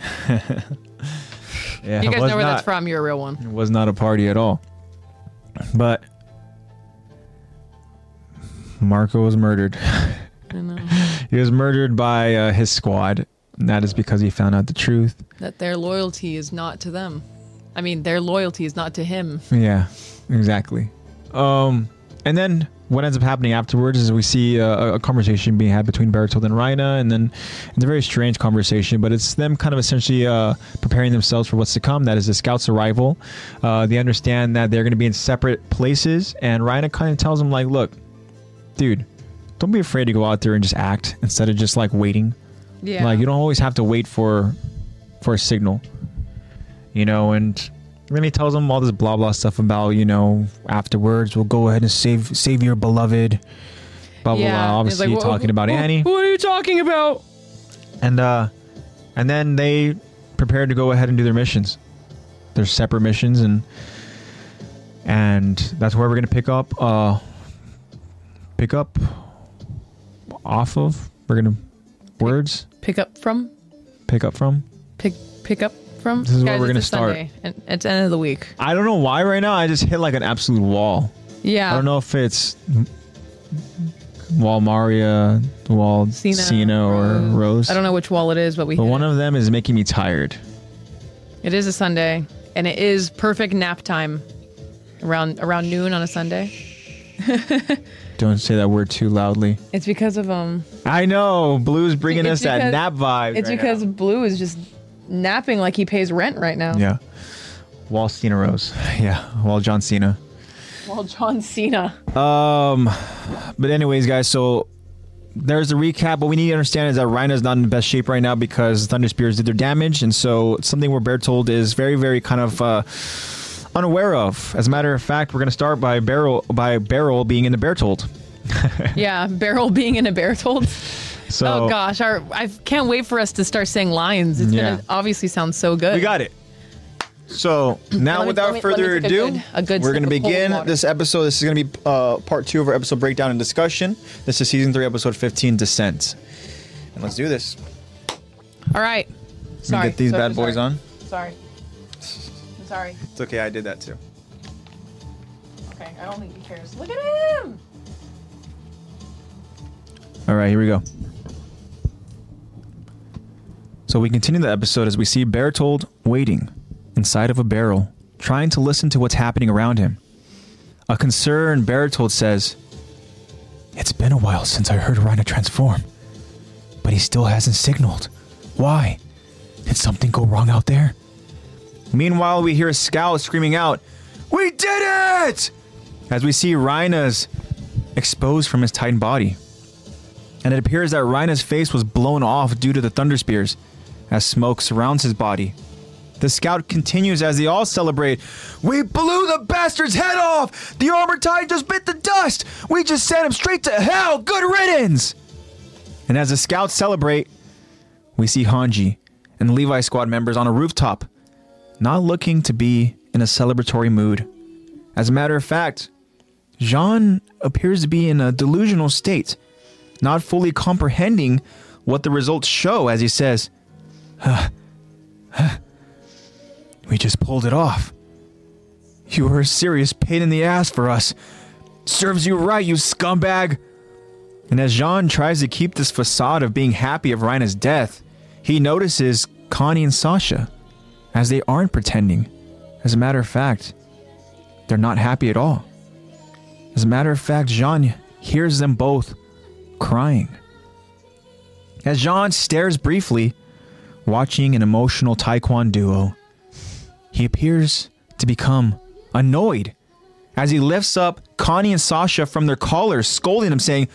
Yeah,
You guys
was
know where
not,
that's from. You're a real one.
It was not a party at all. But Marco was murdered.
I know.
He was murdered by uh, his squad. And that is because he found out the truth.
That their loyalty is not to them. I mean, their loyalty is not to him.
Yeah, exactly. Um, and then what ends up happening afterwards is we see uh, a, a conversation being had between Bertold and Reina, and then it's a very strange conversation, but it's them kind of essentially uh, preparing themselves for what's to come. That is the scouts' arrival. Uh, they understand that they're going to be in separate places, and Reina kind of tells them like, "Look, dude, don't be afraid to go out there and just act instead of just like waiting."
Yeah.
Like uh, you don't always have to wait for for a signal. You know, and then he tells him all this blah blah stuff about, you know, afterwards we'll go ahead and save save your beloved. Blah blah
Yeah.
blah.
And he's
uh, Obviously
like, "Wha-
talking about
wha-
Annie.
What are you talking about?
And uh and then they prepared to go ahead and do their missions. Their separate missions and and that's where we're gonna pick up uh pick up off of we're gonna words
Pick up from?
pick up from
Pick pick up from?
This is where
Guys,
we're
it's
gonna
a
start.
Sunday, and it's the end of the week.
I don't know why right now I just hit like an absolute wall.
Yeah.
I don't know if it's Wall Maria, Wall Cena, or Rose.
I don't know which wall it is, but we.
But
hit
one
it.
of them is making me tired.
It is a Sunday, and it is perfect nap time, around around noon on a Sunday.
Don't say that word too loudly.
It's because of um.
I know blues bringing us
It's
that
because-
nap vibe.
It's
right
because
now.
Blue is just napping like he pays rent right now.
yeah, Wall Cena Rose. Yeah, Wall John Cena.
While John Cena.
Um, but anyways, guys, so there's the recap. What we need to understand is that Rhina's not in the best shape right now because Thunder Spears did their damage, and so it's something we're bear told is very, very kind of uh, unaware of. As a matter of fact, we're gonna start by barrel by barrel being in the bear told.
Yeah, Beryl being in a bear told.
So
Oh gosh, our I can't wait for us to start saying lines. It's
Yeah.
gonna obviously sound so good.
we got it. So now,
Let me-
without
let me- let me
further
take a
ado,
good- a good
we're
sip
going to
of cold
begin
water.
this episode. This is going to be uh, part two of our episode breakdown and discussion. This is season three, episode fifteen, Descent, and let's do this.
All right.
Let
Sorry.
me get these
So
bad boys
sorry.
on.
Sorry. I'm sorry.
It's okay, I did that too.
Okay. I don't think he cares. Look at him.
All right, here we go. So we continue the episode as we see Bertold waiting inside of a barrel, trying to listen to what's happening around him. A concerned Bertold says, It's been a while since I heard Rhino transform, but he still hasn't signaled. Why? Did something go wrong out there? Meanwhile, we hear Scowl screaming out, We did it! As we see Rhina's exposed from his Titan body and it appears that Rhina's face was blown off due to the thunder spears as smoke surrounds his body. The scout continues as they all celebrate. We blew the bastard's head off! The armored titan just bit the dust! We just sent him straight to hell! Good riddance! And as the scouts celebrate, we see Hanji and the Levi squad members on a rooftop, not looking to be in a celebratory mood. As a matter of fact, Jean appears to be in a delusional state not fully comprehending what the results show as he says, "Huh. Huh. We just pulled it off. You were a serious pain in the ass for us. Serves you right, you scumbag. And as Jean tries to keep this facade of being happy of Rhina's death, he notices Connie and Sasha as they aren't pretending. As a matter of fact, they're not happy at all. As a matter of fact, Jean hears them both crying. As Jean stares briefly, watching an emotional taekwondo duo, he appears to become annoyed as he lifts up Connie and Sasha from their collars, scolding them, saying,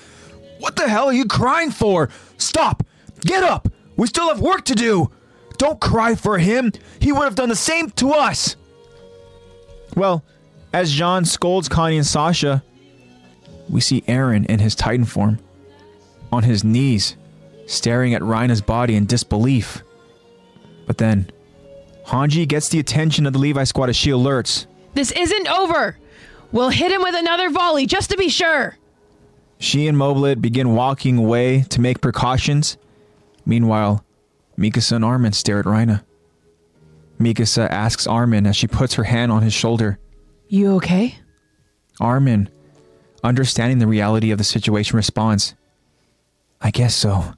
What the hell are you crying for? Stop! Get up! We still have work to do! Don't cry for him! He would have done the same to us! Well, as Jean scolds Connie and Sasha, we see Aaron in his Titan form on his knees, staring at Rhina's body in disbelief. But then, Hanji gets the attention of the Levi squad as she alerts.
This isn't over. We'll hit him with another volley just to be sure.
She and Moblet begin walking away to make precautions. Meanwhile, Mikasa and Armin stare at Rhina. Mikasa asks Armin as she puts her hand on his shoulder.
You okay?
Armin, understanding the reality of the situation, responds, I guess so.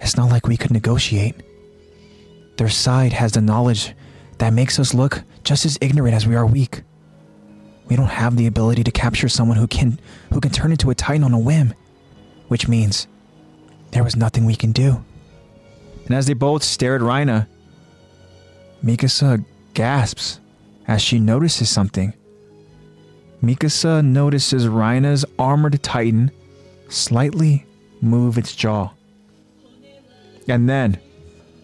It's not like we could negotiate. Their side has the knowledge that makes us look just as ignorant as we are weak. We don't have the ability to capture someone who can who can turn into a titan on a whim, which means there was nothing we can do. And as they both stare at Rhina, Mikasa gasps as she notices something. Mikasa notices Rhina's armored titan slightly move its jaw. And then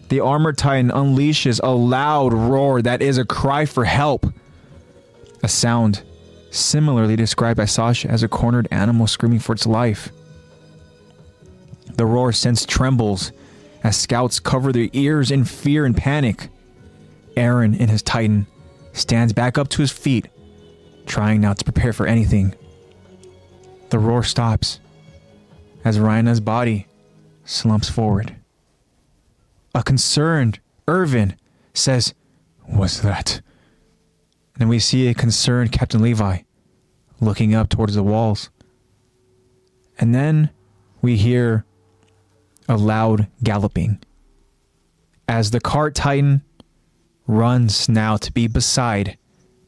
the armored titan unleashes a loud roar that is a cry for help. A sound similarly described by Sasha as a cornered animal screaming for its life. The roar sense trembles as scouts cover their ears in fear and panic. Aaron in his titan stands back up to his feet, trying not to prepare for anything. The roar stops as Rhina's body slumps forward. A concerned Irvin says, What's that? And we see a concerned Captain Levi looking up towards the walls. And then we hear a loud galloping as the cart titan runs now to be beside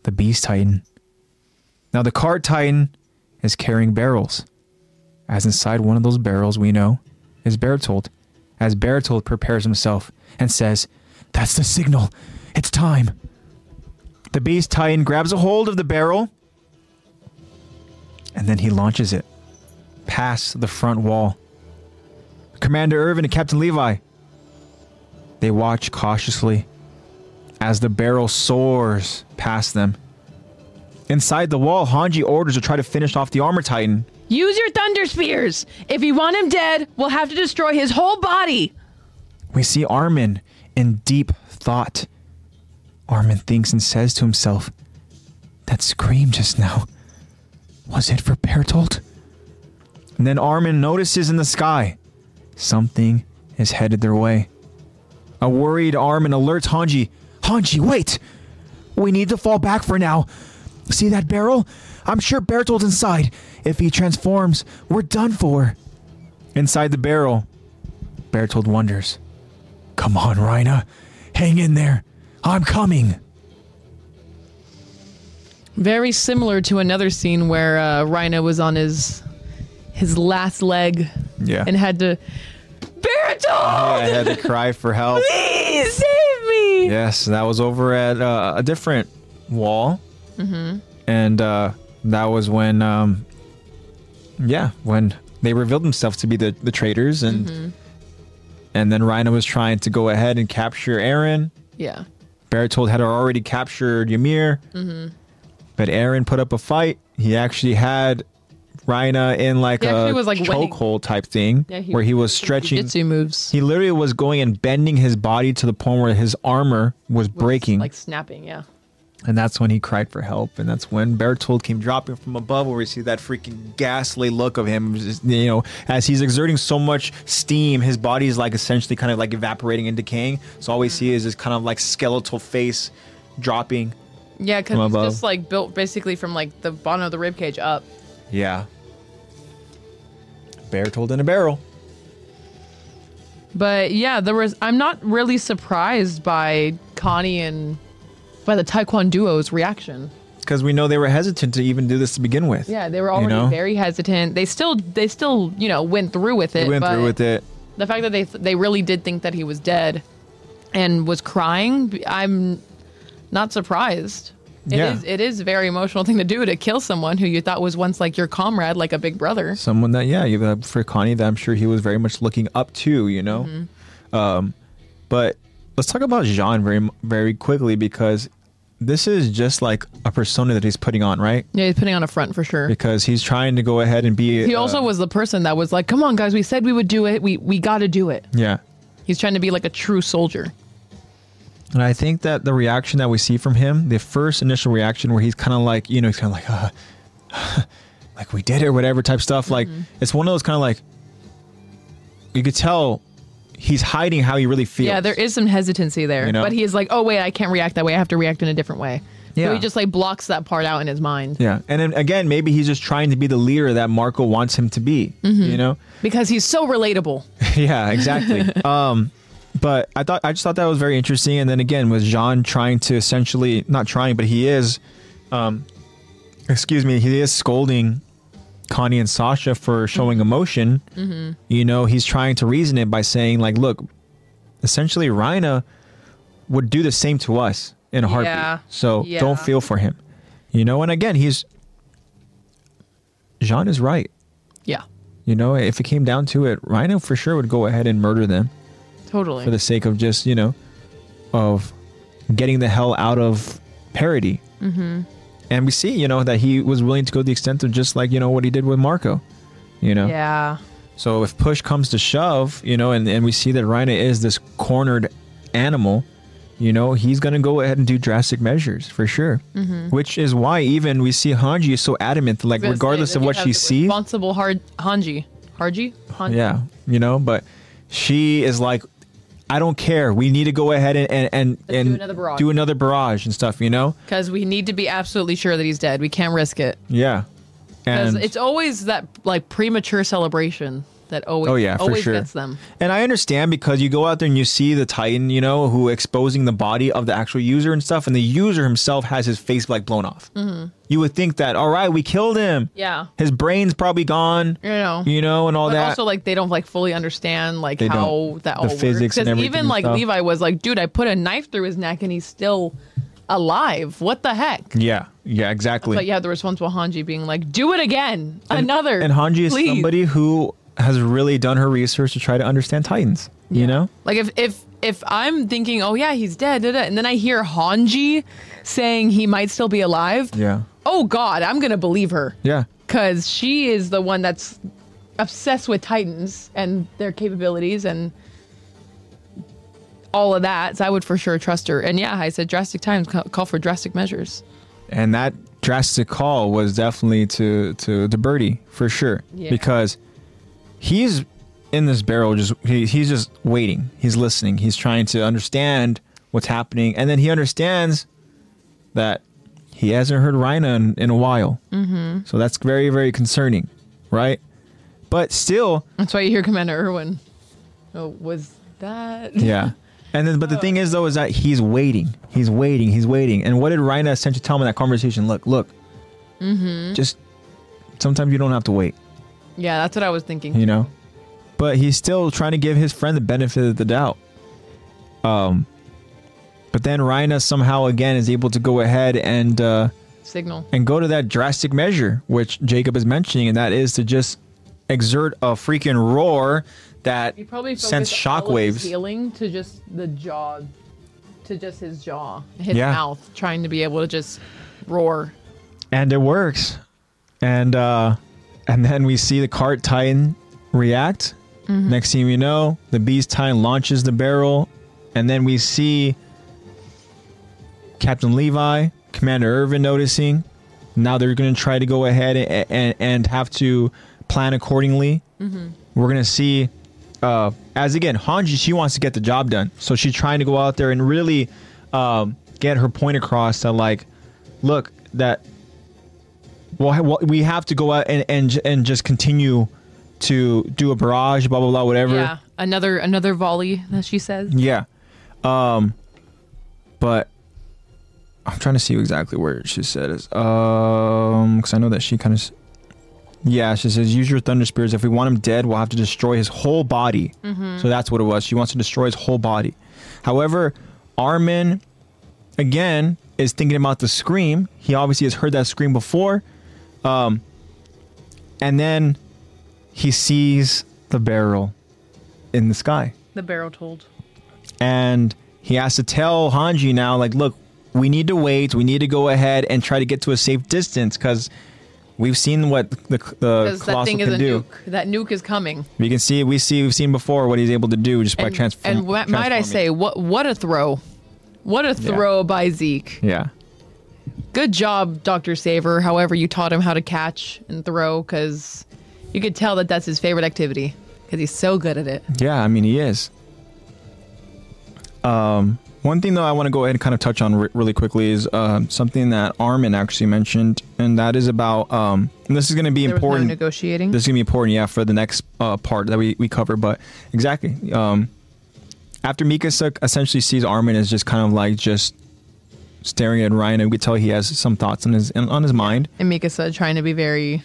the beast titan. Now, the cart titan is carrying barrels, as inside one of those barrels we know is Bertold, as Bertold prepares himself and says, That's the signal. It's time. The beast titan grabs a hold of the barrel and then he launches it past the front wall. Commander Irvin and Captain Levi. They watch cautiously as the barrel soars past them. Inside the wall, Hanji orders to try to finish off the armor titan.
Use your thunder spears. If you want him dead, we'll have to destroy his whole body.
We see Armin in deep thought. Armin thinks and says to himself, That scream just now, was it for Bertolt? And then Armin notices in the sky, something is headed their way. A worried Armin alerts Hanji, Hanji, wait! We need to fall back for now. See that barrel? I'm sure Bertolt's inside. If he transforms, we're done for. Inside the barrel, Bertolt wonders. Come on, Rhina. Hang in there. I'm coming.
Very similar to another scene where uh, Rhino was on his his last leg
Yeah.
and had to. Bertold,
I had to cry for help.
please save me.
Yes, that was over at uh, a different wall, mm-hmm. and uh, that was when, um, yeah, when they revealed themselves to be the the traitors, and and then Rhino was trying to go ahead and capture Aaron.
Yeah.
Bertold had already captured Ymir,
Mm-hmm.
but Aaron put up a fight. He actually had Rhino in like
He actually
a
was, like, wending-
chokehold type thing,
Yeah, he
where he
was
was stretching.
Jitsu moves.
He literally was going and bending his body to the point where his armor was breaking.
Like snapping, yeah.
And that's when he cried for help. And that's when Bertold came dropping from above, where we see that freaking ghastly look of him, just, you know, as he's exerting so much steam, his body is like essentially kind of like evaporating and decaying. So all we see is this kind of like skeletal face dropping.
Yeah,
From
because it's
above.
just like built basically from like the bottom of the ribcage up.
Yeah. Bertold in a barrel.
But yeah, there was. I'm not really surprised by Connie and by the Taekwondo's reaction.
Because we know they were hesitant to even do this to begin with.
Yeah, they were
You
already
know?
very hesitant. They still, they still, you know, went through with it.
They went
but
through with it.
The fact that they they really did think that he was dead and was crying, I'm not surprised. It is
Yeah.
it is a very emotional thing to do to kill someone who you thought was once like your comrade, like a big brother.
someone that yeah you- uh, for connie that i'm sure he was very much looking up to you know
Mm-hmm.
um but let's talk about jean very very quickly because this is just like a persona that he's putting on right
Yeah, he's putting on a front for sure.
because he's trying to go ahead and be
He
uh,
also was the person that was like, "Come on, guys, we said we would do it. We we got to do it."
yeah
He's trying to be like a true soldier.
and i think that the reaction that we see from him the first initial reaction where he's kind of like you know he's kind of like uh, like we did it or whatever type stuff like
Mm-hmm.
it's one of those kind of like you could tell he's hiding how he really feels
Yeah, there is some hesitancy there,
You know?
but he is like, "Oh wait, I can't react that way. I have to react in a different way." So
Yeah.
he just like blocks that part out in his mind
Yeah, and then again, maybe he's just trying to be the leader that Marco wants him to be. You know?
because he's so relatable.
yeah, exactly. um, but I thought I just thought that was very interesting. And then again, with Jean trying to essentially not trying, but he is, um, excuse me, he is scolding Connie and Sasha for showing emotion.
Mm-hmm.
You know, he's trying to reason it by saying like, look, essentially, Rhina would do the same to us in a heartbeat.
Yeah.
So
Yeah.
don't feel for him. You know, and again, he's Jean is right.
Yeah.
You know, if it came down to it, Rhino for sure would go ahead and murder them.
Totally.
for the sake of just you know of getting the hell out of parody mm-hmm. and we see you know that he was willing to go the extent of just like you know what he did with marco you know
yeah.
so if push comes to shove you know and, and we see that rhino is this cornered animal you know he's gonna go ahead and do drastic measures for sure mm-hmm. which is why even we see hanji is so adamant like
Gonna say
regardless
that
of
you
what
have
she
the
sees
Responsible hard Hanji. Harji? Hanji?
yeah, you know, but she is like, I don't care. We need to go ahead and and and,
Let's do
and
another barrage."
do another barrage and stuff. You know,
Because we need to be absolutely sure that he's dead. We can't risk it.
yeah,
Because
and
it's always that like premature celebration that always
Oh, yeah, for
always
sure.
gets them.
and I understand because you go out there and you see the Titan, you know, who exposing the body of the actual user and stuff, and the user himself has his face like blown off. You would think that all right, we killed him.
Mm-hmm. Yeah.
his brain's probably gone.
You know.
you know, and all
But
that.
also, like they don't like fully understand like
They
how
don't.
that
The
all
physics and
works. Because
everything
even
and
like
stuff.
Levi was like, "Dude, I put a knife through his neck and he's still alive. What the heck?"
yeah, yeah, exactly.
But yeah, the responsible Hanji being like, "Do it again, another."
And Hanji is
please."
somebody who has really done her research to try to understand Titans. You know,
Like if if if I'm thinking, "Oh yeah, he's dead," da, da," and then I hear Hanji saying he might still be alive.
yeah,
Oh God, I'm gonna believe her.
yeah.
because she is the one that's obsessed with Titans and their capabilities and all of that. So I would for sure trust her. And yeah, I said drastic times ca- call for drastic measures.
and that drastic call was definitely to to to Birdie for sure
Yeah.
because he's in this barrel just he, he's just waiting he's listening he's trying to understand what's happening and then he understands that he hasn't heard Rhino in, in a while mm-hmm. so that's very very concerning right but still
That's why you hear Commander Irwin. Oh, was that?
Yeah. And then, but the thing is, though, is that he's waiting. He's waiting. He's waiting. And what did Rhina essentially tell him in that conversation? Look, look. Mm-hmm. Just sometimes you don't have to wait,
Yeah, that's what I was thinking.
you know? But he's still trying to give his friend the benefit of the doubt. Um, but then Rhina somehow again is able to go ahead and uh,
Signal.
and go to that drastic measure which Jacob is mentioning, and that is to just exert a freaking roar that
You probably
sends shockwaves.
Healing to just the jaw, to just his jaw, his
Yeah.
mouth, trying to be able to just roar.
and it works and uh and then we see the cart titan react next thing we know the beast titan launches the barrel and then we see captain levi commander irvin noticing now they're gonna try to go ahead and and, and have to plan accordingly we're gonna see uh as again hanji she wants to get the job done so she's trying to go out there and really um get her point across that like look that well, ha- well, we have to go out and and j- and just continue to do a barrage, blah blah blah, whatever.
Yeah, another another volley that she says.
Yeah. Um, but I'm trying to see exactly where she said is. Um, because I know that she kind of. Yeah, she says, use your thunder spears. If we want him dead, we'll have to destroy his whole body. So that's what it was. She wants to destroy his whole body. However, Armin, again, is thinking about the scream. He obviously has heard that scream before. Um, and then he sees the barrel in the sky
The barrel told.
and he has to tell Hanji now, like, look, we need to wait. We need to go ahead and try to get to a safe distance because we've seen what the the
Because that
colossal
thing is
can
a
do.
nuke. That nuke is coming.
We can see we see we've seen before what he's able to do just by
And,
transform.
and what, might I
transforming.
say, what what a throw. What a
Yeah.
throw by Zeke.
Yeah,
Good job, Dr. Saver, however you taught him how to catch and throw, because you could tell that that's his favorite activity, because he's so good at it.
yeah. I mean, he is. Um, one thing though, I want to go ahead and kind of touch on re- really quickly is um something that Armin actually mentioned, and that is about um, and this is going to be
There was no
important.
negotiating.
this is gonna be important yeah for the next uh, part that we, we cover but exactly um after mikasa essentially sees armin as just kind of like just staring at ryan and we could tell he has some thoughts on his on his mind
and Mikasa trying to be very,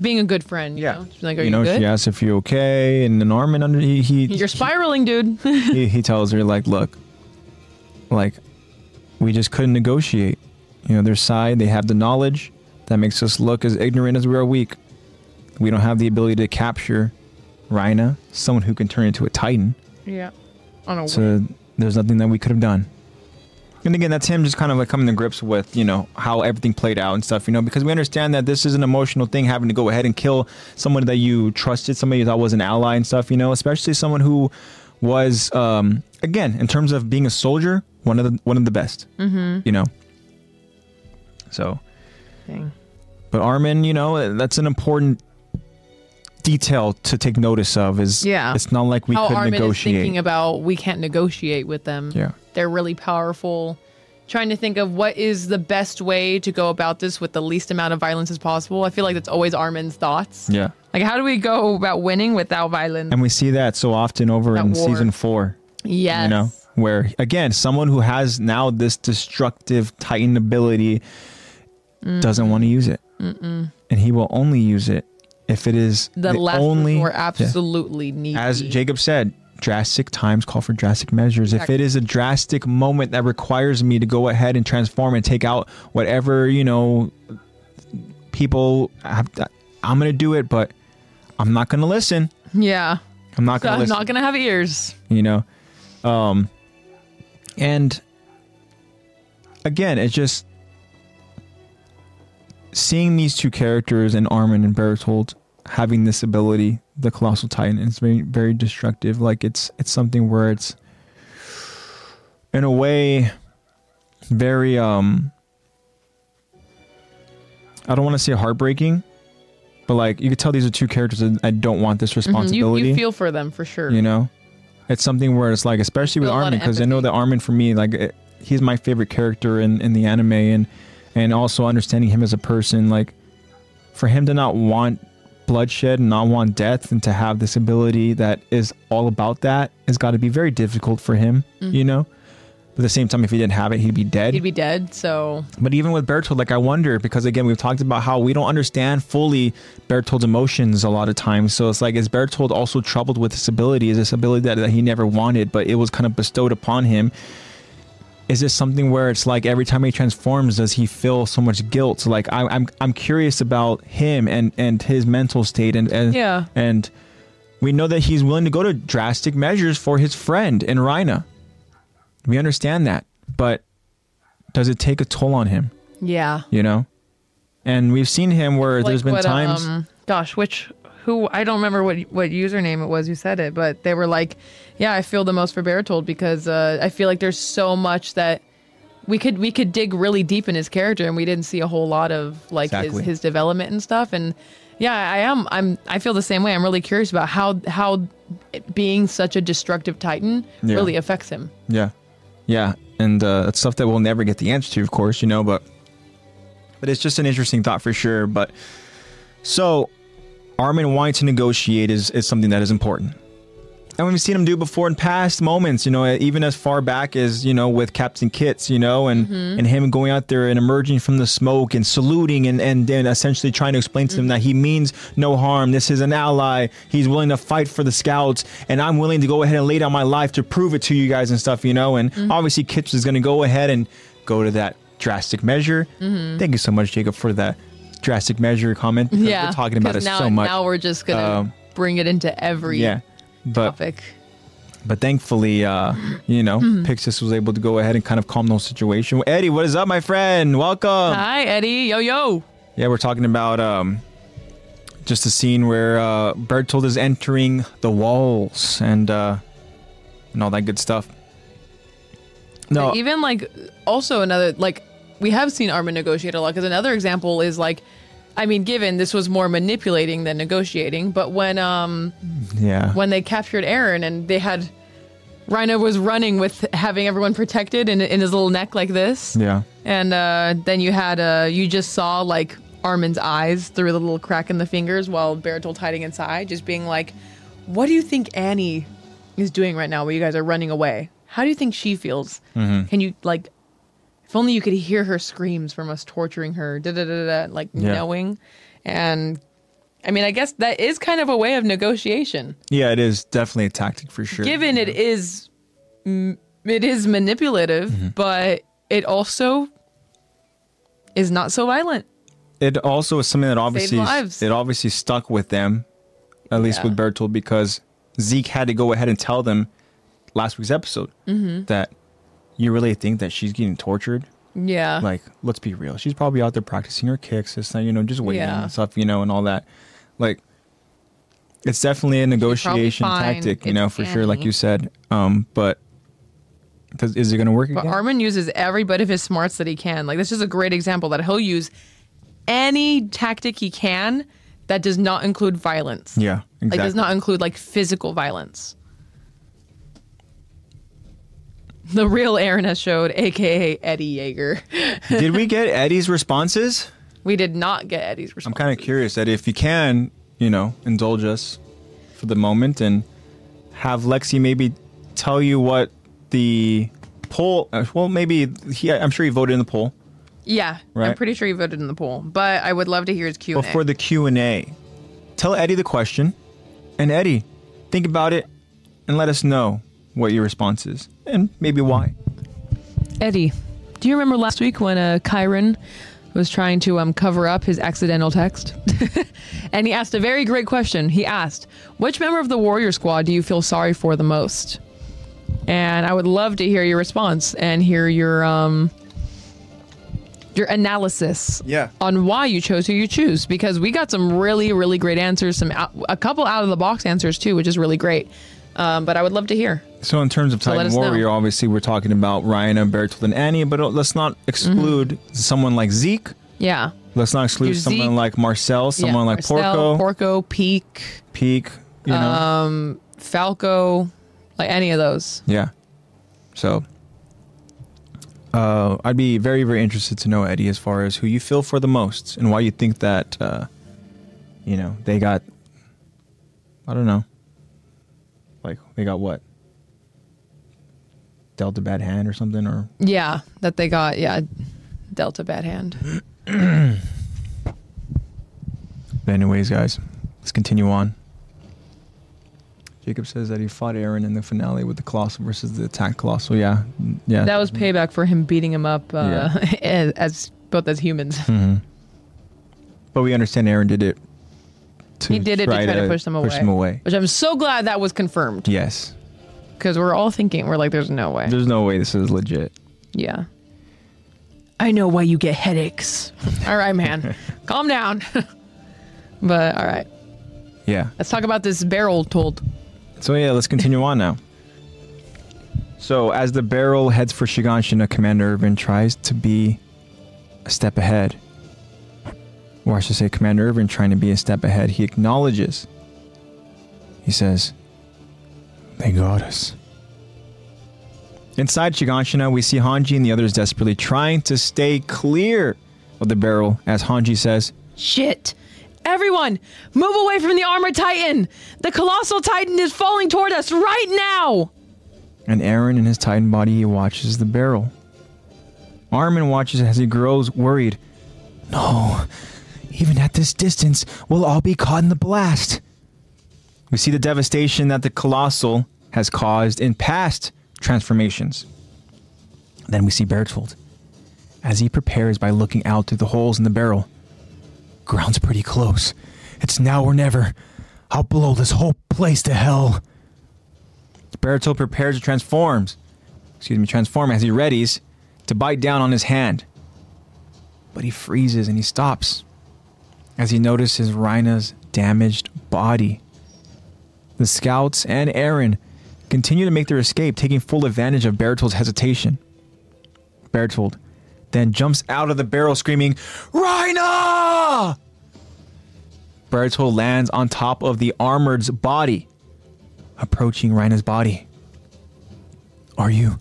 being a good friend. You
Yeah.
Know? She's like, are
you
you,
know
good?
she asks if you're okay and then armin under he he,
You're spiraling, dude. yeah.
he he tells her like look like we just couldn't negotiate you know their side they have the knowledge that makes us look as ignorant as we are weak we don't have the ability to capture Rhina, someone who can turn into a titan
Yeah. On a whim.
So there's nothing that we could have done. And again, that's him just kind of like coming to grips with, you know, how everything played out and stuff, you know, because we understand that this is an emotional thing having to go ahead and kill someone that you trusted, somebody you thought was an ally and stuff, you know, especially someone who was, um, again, in terms of being a soldier, one of the, one of the best, mm-hmm. you know? So,
Dang.
but Armin, you know, that's an important detail to take notice of is
Yeah.
it's not like we
How
could
Armin is
negotiate.
thinking about we can't negotiate with them.
Yeah.
They're really powerful. Trying to think of what is the best way to go about this with the least amount of violence as possible. I feel like that's always Armin's thoughts.
yeah.
Like, how do we go about winning without violence?
And we see that so often over
That
in
war.
season four.
yes.
you know where again someone who has now this destructive titan ability
Mm.
doesn't want to use it and he will only use it if it is
the, last
only
resort
Yeah.
absolutely needy.
as jacob said drastic times call for drastic measures if it is a drastic moment that requires me to go ahead and transform and take out whatever you know people have i'm gonna do it but i'm not gonna listen
yeah.
i'm not
So
gonna
I'm
listen
not gonna have ears.
you know um and again it's just seeing these two characters and armin and bertold having this ability the colossal titan is very very destructive like it's it's something where it's in a way very um i don't want to say heartbreaking but like you could tell these are two characters that i don't want this
Mm-hmm. You,
responsibility
you feel for them for sure.
you know, it's something where it's like, especially with
Feel a lot
Armin,
of
because I know that Armin for me, like, it, he's my favorite character in in the anime, and and also understanding him as a person, like, for him to not want bloodshed and not want death, and to have this ability that is all about that, has got to be very difficult for him, you know. But at the same time, if he didn't have it, he'd be dead.
Mm-hmm. He'd be dead. So
But even with Bertold, like I wonder because again we've talked about how we don't understand fully Bertold's emotions a lot of times. So it's like is Bertold also troubled with this ability? Is this ability that, that he never wanted but it was kind of bestowed upon him? Is this something where it's like every time he transforms, does he feel so much guilt? Like I, I'm I'm curious about him and and his mental state and and
Yeah.
and we know that he's willing to go to drastic measures for his friend in Rhina. We understand that, but does it take a toll on him?
yeah.
you know and we've seen him where there's been
what,
times
Um, gosh, which who I don't remember what what username it was who said it, but they were like, "Yeah, I feel the most for Bertold because uh, I feel like there's so much that we could we could dig really deep in his character, and we didn't see a whole lot of like
Exactly.
his his development and stuff." And yeah, I am I'm I feel the same way. I'm really curious about how how it being such a destructive titan
Yeah.
really affects him.
yeah yeah and uh it's stuff that we'll never get the answer to of course you know but but it's just an interesting thought for sure but so armin wanting to negotiate is is something that is important and we've seen him do before in past moments, you know, even as far back as, you know, with Captain Kitts, you know, and,
Mm-hmm.
and him going out there and emerging from the smoke and saluting and, and then essentially trying to explain to them that he
Mm-hmm.
means no harm. This is an ally. He's willing to fight for the scouts and I'm willing to go ahead and lay down my life to prove it to you guys and stuff, you know. And
Mm-hmm.
obviously Kitts is going to go ahead and go to that drastic measure.
Mm-hmm.
Thank you so much, Jacob, for that drastic measure comment. because
Yeah,
We're talking about
'cause
it
now,
so much.
Now we're just gonna
Um,
bring it into every
yeah. But
topic.
but thankfully, uh, you know,
Mm-hmm.
Pixis was able to go ahead and kind of calm the whole situation. Eddie, what is up, my friend? Welcome.
Hi, Eddie. Yo, yo.
Yeah, we're talking about um, just a scene where uh, Bertold is entering the walls and uh, and all that good stuff. No,
Like, even like also another like we have seen Armin negotiate a lot because another example is like I mean given this was more manipulating than negotiating but when um
yeah,
when they captured Aaron and they had Rhino was running with having everyone protected in, in his little neck like this
yeah,
and uh then you had uh you just saw like Armin's eyes through the little crack in the fingers while Bertolt hiding inside just being like what do you think Annie is doing right now while you guys are running away? How do you think she feels? Can you like if only you could hear her screams from us torturing her, da da da da, da, like
Yeah.
knowing. And I mean, I guess that is kind of a way of negotiation,
yeah. It is definitely a tactic for sure.
given it is m- it is manipulative,
Mm-hmm.
but it also is not so violent.
it also is something that obviously
lives.
it obviously stuck with them, at least
Yeah.
with Bertold, because Zeke had to go ahead and tell them last week's episode
Mm-hmm.
that you really think that she's getting tortured.
Yeah.
Like, let's be real. She's probably out there practicing her kicks, this and you know, just waiting
Yeah.
and stuff, you know, and all that. Like, it's definitely a negotiation
fine.
tactic, you
It's
know, for sure, like
Annie.
you said. Um, but does, is it going to work
But
again?
Armin uses every bit of his smarts that he can. Like this is a great example that he'll use any tactic he can that does not include violence.
yeah, exactly.
Like does not include like physical violence. The real Aaron has showed, aka Eddie Yeager.
Did we get Eddie's responses?
we did not get Eddie's
I'm
response.
kind of curious that if you can, you know, indulge us for the moment and have Lexi maybe tell you what the poll. uh, Well, maybe he. I'm sure he voted in the poll,
yeah, I'm
Right.
pretty sure he voted in the poll, but I would love to hear his Q&A.
but for the Q and A, tell Eddie the question, and Eddie, think about it, and let us know what your response is and maybe why.
Eddie, do you remember last week when uh, Kyron was trying to um, cover up his accidental text? and he asked a very great question. He asked, Which member of the Warrior Squad do you feel sorry for the most? And I would love to hear your response and hear your um, your analysis
Yeah.
on why you chose who you choose because we got some really really great answers some out, a couple out of the box answers too which is really great um, but i would love to hear
So in terms of
let
Titan
us know.
Warrior, obviously we're talking about Ryan and Bertolt and Annie, but let's not exclude
Mm-hmm.
someone like Zeke.
yeah
Let's not exclude
Your
someone
Zeke.
like Marcel, someone
Yeah,
like
Marcel,
Porco,
Um, porco peak
Peak, you know.
Falco, like any of those.
yeah. So uh, I'd be very, very interested to know, Eddie, as far as who you feel for the most and why you think that, uh, you know, they got, I don't know, like they got what? Dealt a bad hand or something? Or
Yeah, that they got. Yeah, Delta Bad
Mm-hmm.
Hand.
But anyways, guys, let's continue on. Jacob says that he fought Aaron in the finale with the Colossal versus the Attack Colossal. Yeah, yeah.
That was payback for him beating him up uh, as, as both as humans.
Mm-hmm. But we understand Aaron did it. To
He did it to try to push them
Push
away.
them away.
Which I'm so glad that was confirmed
Yes.
because we're all thinking we're like, there's no way.
There's no way this is legit.
Yeah. I know why you get headaches. all right, man, calm down. but all right,
Yeah.
let's talk about this barrel told.
So yeah, let's continue on now. So as the barrel heads for Shiganshina, Commander Irvin tries to be a step ahead. Or I should say Commander Irvin trying to be a step ahead. He acknowledges. He says, They got us. Inside Shiganshina, we see Hanji and the others desperately trying to stay clear of the barrel, as Hanji says,
Shit! Everyone, move away from the armored titan! The colossal titan is falling toward us right now!
and Aaron in his titan body he watches the barrel. Armin watches as he grows worried. No, even at this distance, we'll all be caught in the blast. We see the devastation that the colossal has caused in past transformations. Then we see Bertold as he prepares by looking out through the holes in the barrel. Ground's pretty close. It's now or never. I'll blow this whole place to hell. Berto prepares to transforms. Excuse me, transform as he readies to bite down on his hand. But he freezes and he stops as he notices Rhina's damaged body. The scouts and Aaron continue to make their escape, taking full advantage of Bertold's hesitation. Bertold then jumps out of the barrel screaming, Rhina! Bertold lands on top of the armored's body approaching Rhina's body. Are you?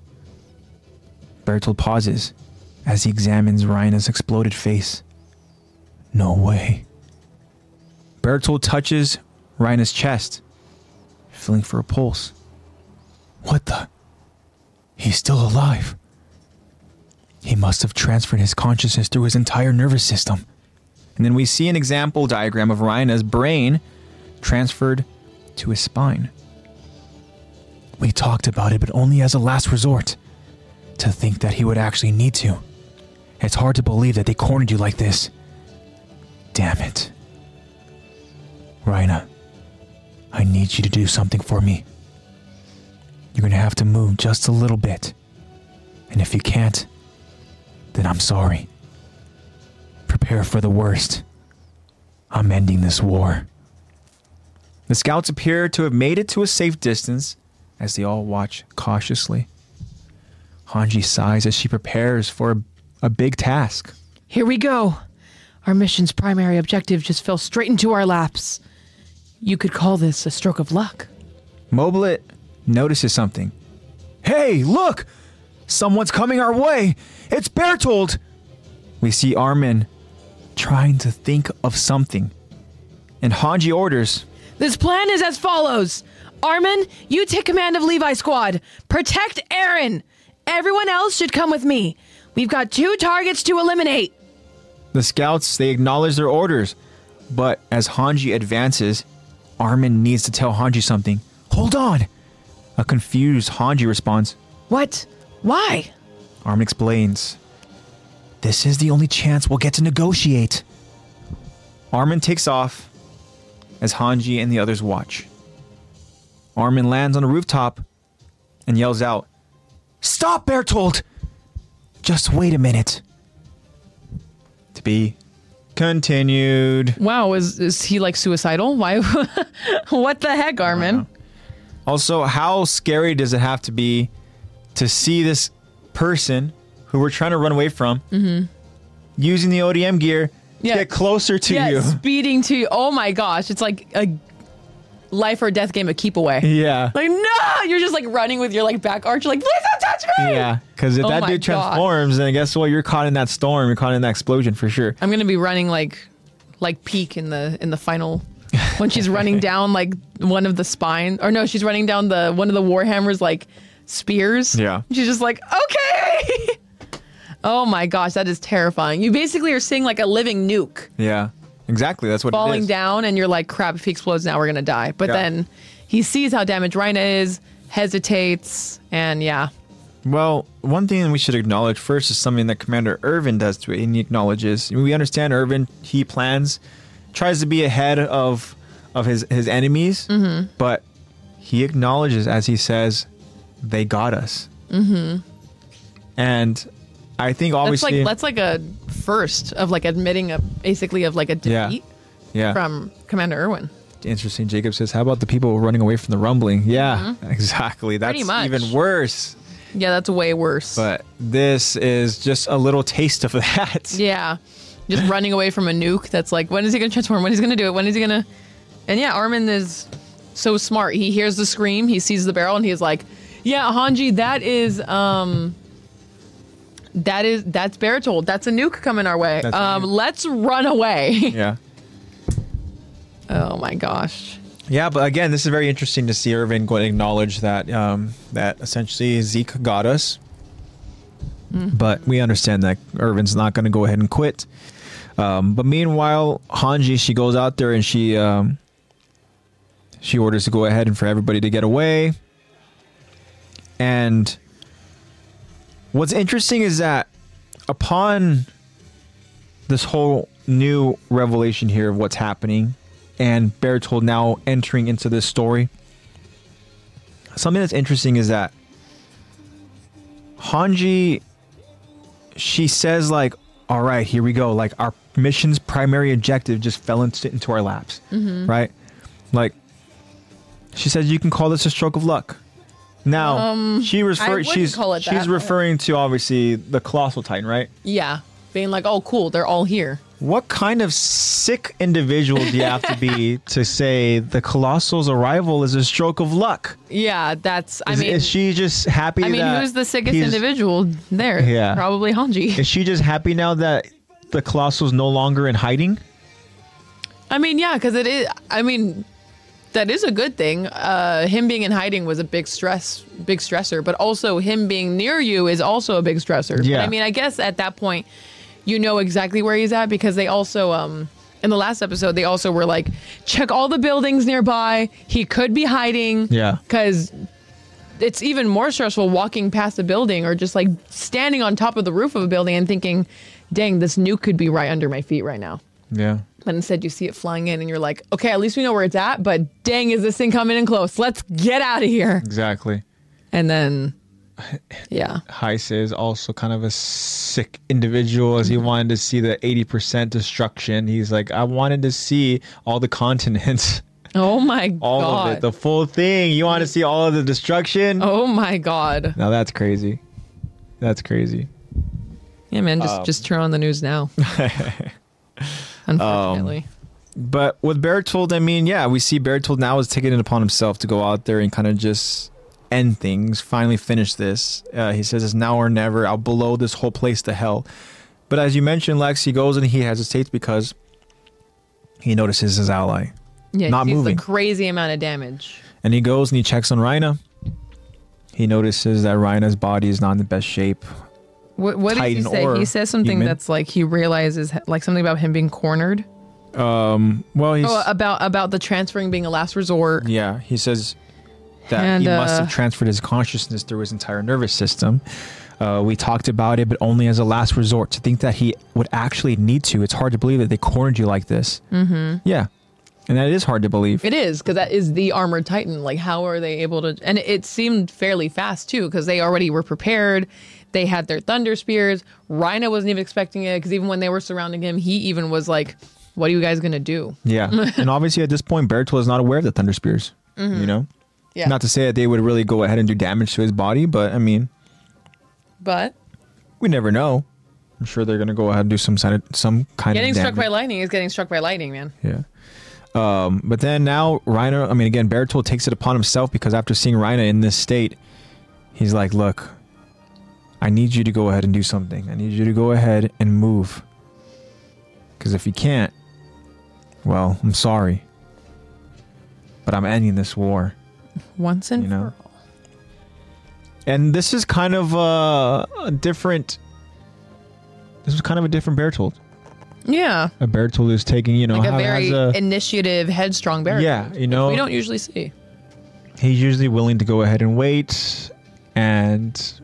Bertold pauses as he examines Rhina's exploded face. No way. Bertold touches Rhina's chest, feeling for a pulse. What the? He's still alive. He must have transferred his consciousness through his entire nervous system. And then we see an example diagram of Rhina's brain transferred to his spine. We talked about it, but only as a last resort. To think that he would actually need to. It's hard to believe that they cornered you like this. Damn it. Rhina, I need you to do something for me. You're going to have to move just a little bit. And if you can't, then I'm sorry. Prepare for the worst. I'm ending this war. The scouts appear to have made it to a safe distance as they all watch cautiously. Hanji sighs as she prepares for a, a big task.
Here we go. Our mission's primary objective just fell straight into our laps. You could call this a stroke of luck.
Moblet notices something. Hey, look! Someone's coming our way! It's Bertold! We see Armin trying to think of something. And Hanji orders.
This plan is as follows Armin, you take command of Levi Squad. Protect Aaron. Everyone else should come with me. We've got two targets to eliminate.
The scouts, they acknowledge their orders. But as Hanji advances, Armin needs to tell Hanji something. Hold on! A confused Hanji responds.
What? Why?
Armin explains. This is the only chance we'll get to negotiate. Armin takes off as Hanji and the others watch. Armin lands on a rooftop and yells out, Stop, Bertolt! Just wait a minute. To be continued.
Wow, is, is he like suicidal? Why? what the heck, Armin?
Also, how scary does it have to be to see this person who we're trying to run away from
Mm-hmm.
using the ODM gear
Yeah.
get closer to
Yeah,
you?
speeding to you. Oh my gosh, it's like a life or death game of keep away.
Yeah.
Like, no! You're just like running with your like back arch. You're like, please don't touch me!
Yeah, because if
Oh
that
my
dude transforms, then guess what? You're caught in that storm. You're caught in that explosion for sure.
I'm gonna be running like like peak in the in the final when she's running down like one of the spine or no she's running down the one of the warhammers like spears
Yeah.
she's just like okay oh my gosh that is terrifying you basically are seeing like a living nuke
Yeah, exactly. That's what it
falling
is.
down and you're like crap if he explodes now we're gonna die but
Yeah.
then he sees how damaged Rhina is hesitates and yeah
Well, one thing we should acknowledge first is something that Commander Irvin does to it, and he acknowledges. We understand Irvin; he plans, tries to be ahead of of his his enemies,
Mm-hmm.
but he acknowledges as he says, "They got us." Mm-hmm. And I think
that's
obviously,
like that's like a first of like admitting a basically of like a
Yeah.
defeat
yeah,
from Commander Irwin
Interesting. Jacob says, "How about the people running away from the rumbling?" Yeah, exactly. That's
Mm-hmm. Pretty much.
even worse.
Yeah, that's way worse.
But this is just a little taste of that.
yeah, just running away from a nuke. That's like, when is he gonna transform? When is he gonna do it? When is he gonna? And yeah, Armin is so smart. He hears the scream, he sees the barrel, and he's like, "Yeah, Hanji, that is um, that is that's Baratold. That's a nuke coming our way.
That's a
Um,
nuke.
let's run away.
Yeah.
oh my gosh.
Yeah, but again, this is very interesting to see Irvin go and acknowledge that um, that essentially Zeke got us. But we understand that Irvin's not going to go ahead and quit. Um, but meanwhile, Hanji she goes out there and she um, she orders to go ahead and for everybody to get away. And what's interesting is that upon this whole new revelation here of what's happening and Bertold now entering into this story. Something that's interesting is that Hanji she says like all right here we go like our mission's primary objective just fell into, into our laps
Mm-hmm.
right like she says you can call this a stroke of luck now she refer-
Um, wouldn't
she's
call it
she's
that.
referring to obviously the colossal titan right
Yeah, being like, oh cool, they're all here.
what kind of sick individual do you have to be to say the Colossal's arrival is a stroke of luck?
Yeah, that's. I
Is,
mean,
is she just happy?
I mean,
that
who's the sickest
he's-
individual there?
Yeah.
probably Hanji.
Is she just happy now that the Colossal's no longer in hiding?
I mean, yeah, because it is. I mean, that is a good thing. Uh, him being in hiding was a big stress, big stressor. But also, him being near you is also a big stressor. But,
Yeah.
I mean, I guess at that point, you know exactly where he's at because they also, um, in the last episode, they also were like, check all the buildings nearby. He could be hiding.
Yeah.
Because. It's even more stressful walking past a building or just like standing on top of the roof of a building and thinking, dang, this nuke could be right under my feet right now.
Yeah.
But instead, you see it flying in, and you're like, okay, at least we know where it's at. But dang, is this thing coming in close? Let's get out of here.
Exactly.
and then yeah,
Heise is also kind of a sick individual as he wanted to see the 80% destruction. He's like, I wanted to see all the continents,
oh my
all
god,
of it, the full thing. You want to see all of the destruction?
oh my god,
Now that's crazy. That's crazy.
yeah, man, just
Um,
just turn on the news now. Unfortunately,
Um, But with Bertold, I mean, yeah, we see Bertold now is taking it upon himself to go out there and kind of just end things, finally finish this. Uh, he says it's now or never. I'll blow this whole place to hell. But as you mentioned, Lex, he goes and he hesitates because he notices his ally.
yeah,
not
he sees
moving.
the crazy amount of damage.
And he goes and he checks on Rhina. He notices that Rhina's body is not in the best shape.
What, what did he
Titan
say?
or
He says something
human.
that's like he realizes like something about him being cornered.
Well, he's.
Oh, about about the transferring being a last resort.
Yeah, he says that
And,
he must
uh,
have transferred his consciousness through his entire nervous system. Uh, we talked about it, but only as a last resort. To think that he would actually need to, it's hard to believe that they cornered you like this. Mm-hmm. Yeah, and that is hard to believe.
It is because that is the armored titan. Like, how are they able to? And it seemed fairly fast too, because they already were prepared. They had their thunder spears. Rhino wasn't even expecting it, because even when they were surrounding him, he even was like, "What are you guys gonna do?"
yeah, and obviously at this point, Bertel is not aware of the thunder spears. You know,
Mm-hmm. Yeah,
not to say that they would really go ahead and do damage to his body, but I mean,
but
we never know. I'm sure they're gonna go ahead and do some kind of some kind
getting
of damage.
struck by lightning is getting struck by lightning, man.
Yeah. Um, but then now Reiner, I mean, again, Bertold takes it upon himself because after seeing Reiner in this state, he's like, look, I need you to go ahead and do something. I need you to go ahead and move. Because if you can't, well, I'm sorry. But I'm ending this war.
Once and
You
for
know?
all.
And this is kind of uh, a different. This was kind of a different Bertold.
Yeah,
A Bertold is taking, you know,
like a
how-
very
has a,
initiative, headstrong bear.
yeah, you know,
we don't usually see.
he's usually willing to go ahead and wait and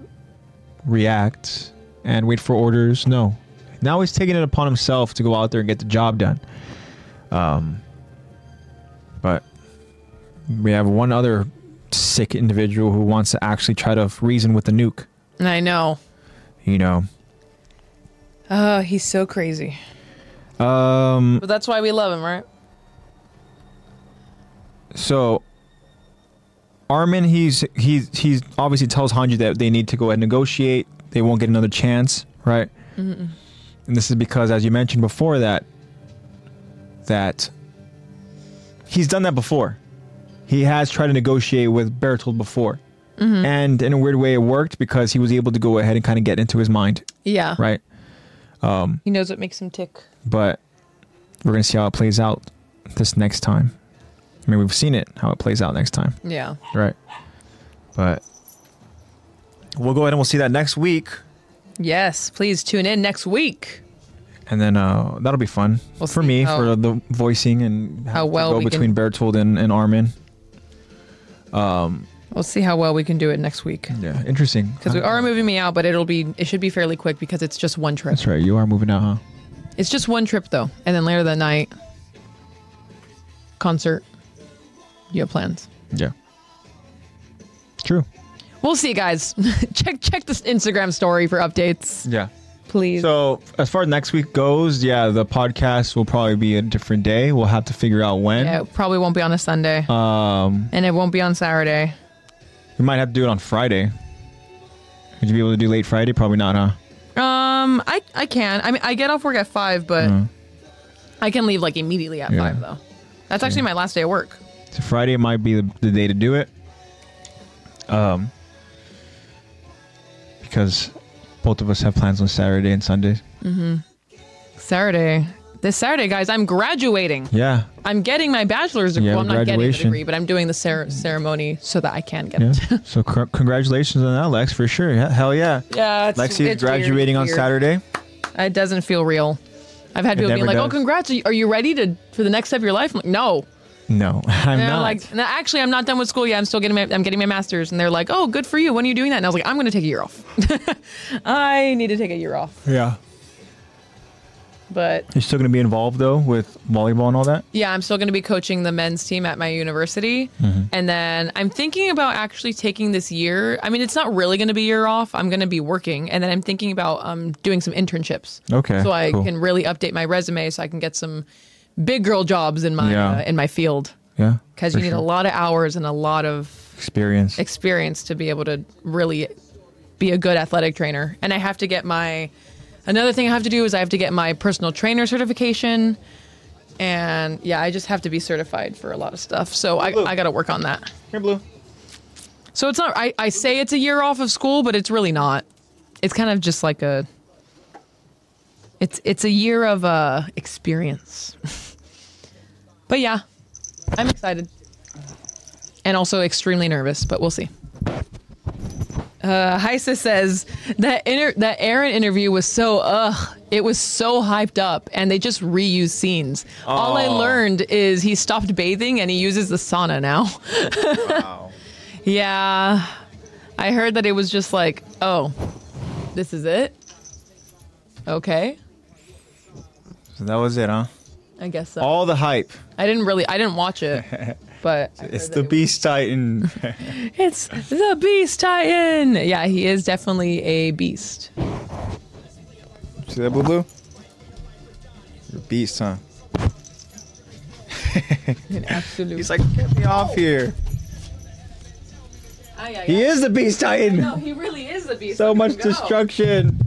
react and wait for orders. No. Now he's taking it upon himself to go out there and get the job done. Um, but we have one other sick individual who wants to actually try to reason with the nuke,
And I know.
you know.
Oh, he's so crazy.
Um,
But that's why we love him, right?
so Armin he's he's he's obviously tells Hanji that they need to go ahead and negotiate. They won't get another chance, right? And this is because, as you mentioned before, that that he's done that before. He has tried to negotiate with Bertold before, and in a weird way, it worked because he was able to go ahead and kind of get into his mind,
Yeah.
right?
He knows what makes him tick.
But we're gonna see how it plays out this next time. I mean, we've seen it how it plays out next time.
Yeah.
Right. But we'll go ahead and we'll see that next week.
Yes, please tune in next week.
And then uh, that'll be fun
We'll
for
see
me
how-
for the voicing and
how
to
well
go
we can-
between Bertold and, and Armin.
We'll see how well we can do it next week
Yeah, interesting.
because we are moving me out, but it'll be it should be fairly quick because it's just one trip.
That's right. You are moving out, huh?
It's just one trip though, and then later that night, concert. You have plans.
Yeah. True.
We'll see, guys. check check this Instagram story for updates,
Yeah.
please.
So as far as next week goes, yeah, the podcast will probably be a different day. We'll have to figure out when.
yeah, it probably won't be on a Sunday,
Um,
and it won't be on Saturday.
we might have to do it on Friday. Would you be able to do late Friday? Probably not, huh?
Um, I I can. I mean, I get off work at five, but I can leave like immediately at
Mm. Yeah.
five though. That's actually my last day at work.
So Friday might be the, the day to do it. Um, because both of us have plans on Saturday and Sunday.
Saturday. This Saturday, guys, I'm graduating.
Yeah,
I'm getting my bachelor's degree.
You have
Well, I'm
a
not getting the
graduation.
degree, but I'm doing the cer- ceremony so that I can get
yeah.
it.
so c- congratulations on that, Lex, for sure. Yeah, hell yeah.
Yeah, it's,
Lexi is
it's
graduating
weird,
on
weird.
Saturday.
It doesn't feel real. I've had
It
people being
never
like, "Oh,
does.
congrats! Are you- Are you ready to for the next step of your life?" I'm like, "No,
No, I'm
And I'm
not.
like, "No, actually, I'm not done with school yet. I'm still getting my I'm getting my master's." And they're like, "Oh, good for you. When are you doing that?" And I was like, "I'm going to take a year off. I need to take a year off."
yeah.
But
You're still going to be involved though with volleyball and all that.
yeah, I'm still going to be coaching the men's team at my university.
Mm-hmm.
And then I'm thinking about actually taking this year. I mean, it's not really going to be a year off. I'm going to be working. And then I'm thinking about um, doing some internships.
Okay,
So I
cool.
can really update my resume so I can get some big girl jobs in my
Yeah.
uh, in my field
Yeah,
because
for
you need a
sure.
lot of hours and a lot of
experience.
experience to be able to really be a good athletic trainer. And I have to get my another thing I have to do is I have to get my personal trainer certification. And yeah, I just have to be certified for a lot of stuff. So I,
Look.
I got to work on that.
Here, blue.
So it's not, I, I say it's a year off of school, but it's really not. It's kind of just like a, it's, it's a year of uh, experience. but yeah, I'm excited. And also extremely nervous, but we'll see. Uh, Heisa says that inter- that Aaron interview was so ugh, it was so hyped up, and they just reuse scenes. All I
Oh.
learned is he stopped bathing and he uses the sauna now.
Wow.
Yeah. I heard that it was just like, oh, this is it? Okay.
so that was it, huh?
I guess so.
All the hype.
I didn't really, I didn't watch it, but. I
It's
heard
the
that it
Beast Titan.
was- It's the Beast Titan. Yeah, he is definitely a beast.
See that blue blue? You're a beast, huh?
An absolute.
He's like, get me off here.
Ay, ay,
He
ay.
is the Beast Titan.
No, he really is the beast.
So
Look
much
at him go.
destruction.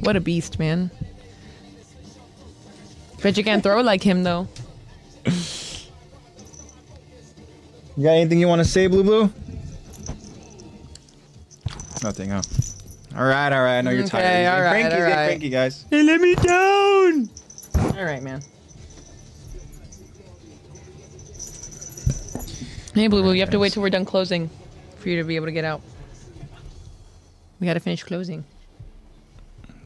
What a beast, man. Bet you can't throw like him, though.
You got anything you want to say, Blue Blue? Nothing, huh? All right, all right. I know you're tired.
Okay,
You're
all right,
cranky,
all
get
right.
cranky, guys. Hey, let me down.
All right, man. Hey, Blue Blue, you have to wait till we're done closing for you to be able to get out. We got to finish closing.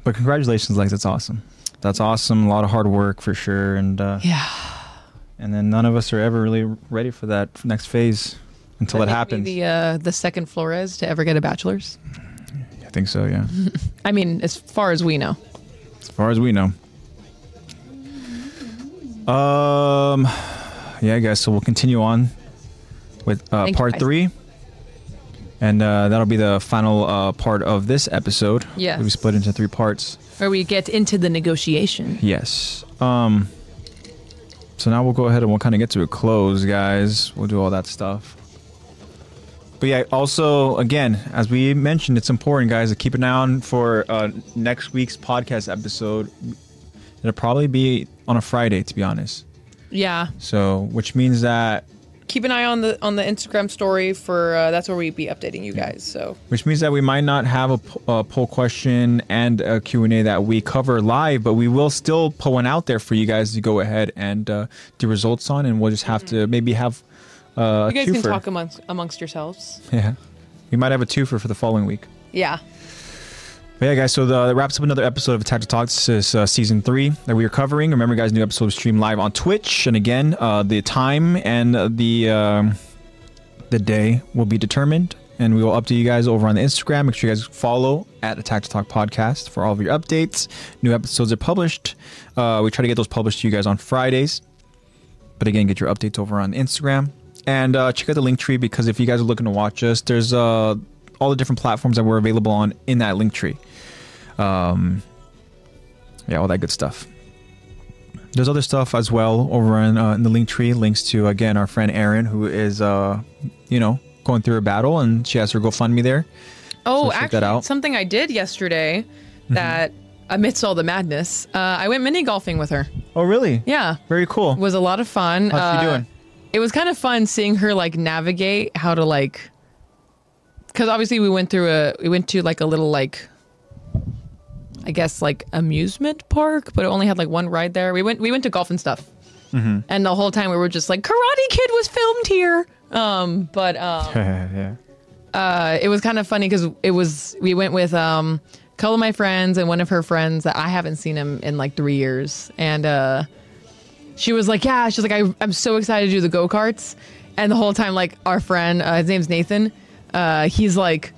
But congratulations, Lex. That's awesome. That's awesome. A lot of hard work for sure, and uh,
Yeah.
and then none of us are ever really ready for that next phase until it happens.
The uh, the second Flores to ever get a bachelor's.
I think so. Yeah.
I mean, as far as we know.
As far as we know. Um, yeah, guys. So we'll continue on with uh,
Thank you,
part
guys.
three, and uh, that'll be the final uh, part of this episode.
Yes.
we split into three parts.
Where we get into the negotiation.
Yes. Um. So now we'll go ahead and we'll kind of get to a close, guys. We'll do all that stuff. But yeah, also again, as we mentioned, it's important, guys, to keep an eye on for uh, next week's podcast episode. It'll probably be on a Friday, to be honest.
Yeah.
So, which means that,
Keep an eye on the on the Instagram story for uh, that's where we be updating you guys. So
which means that we might not have a, p- a poll question and a Q and A that we cover live, but we will still put one out there for you guys to go ahead and uh, do results on, and we'll just have to maybe have uh,
Mm-hmm. you guys
a
can
twofer.
talk amongst amongst yourselves.
yeah, we might have a twofer for the following week.
Yeah.
But yeah, guys, so the, that wraps up another episode of Attack to Talks. This is uh, season three that we are covering. Remember, guys, new episode stream live on Twitch. And again, uh, the time and the um, the day will be determined. And we will update you guys over on the Instagram. Make sure you guys follow at Attack to Talk Podcast for all of your updates. New episodes are published. Uh, we try to get those published to you guys on Fridays. But again, get your updates over on Instagram and uh, check out the link tree because if you guys are looking to watch us, there's uh, all the different platforms that we're available on in that link tree. Um, yeah, all that good stuff. There's other stuff as well over in, uh, in the link tree. Links to again our friend Erin, who is uh, you know going through a battle, and she has her GoFundMe there.
Oh,
So check
actually,
that out. Mm-hmm.
something I did yesterday that amidst all the madness, uh, I went mini golfing with her.
Oh, really?
Yeah,
Very cool.
was a lot of fun.
How's she
Uh,
doing?
It was kind of fun seeing her like navigate how to like, because obviously we went through a we went to like a little like. I guess like amusement park, but it only had like one ride there. We went we went to golf and stuff,
Mm-hmm.
and the whole time we were just like Karate Kid was filmed here. Um, but um,
yeah.
uh, it was kind of funny because it was we went with um a couple of my friends and one of her friends that I haven't seen him in like three years, and uh, she was like, "Yeah," she's like, I, "I'm so excited to do the go karts," and the whole time, like our friend, uh, his name's Nathan, uh, he's like.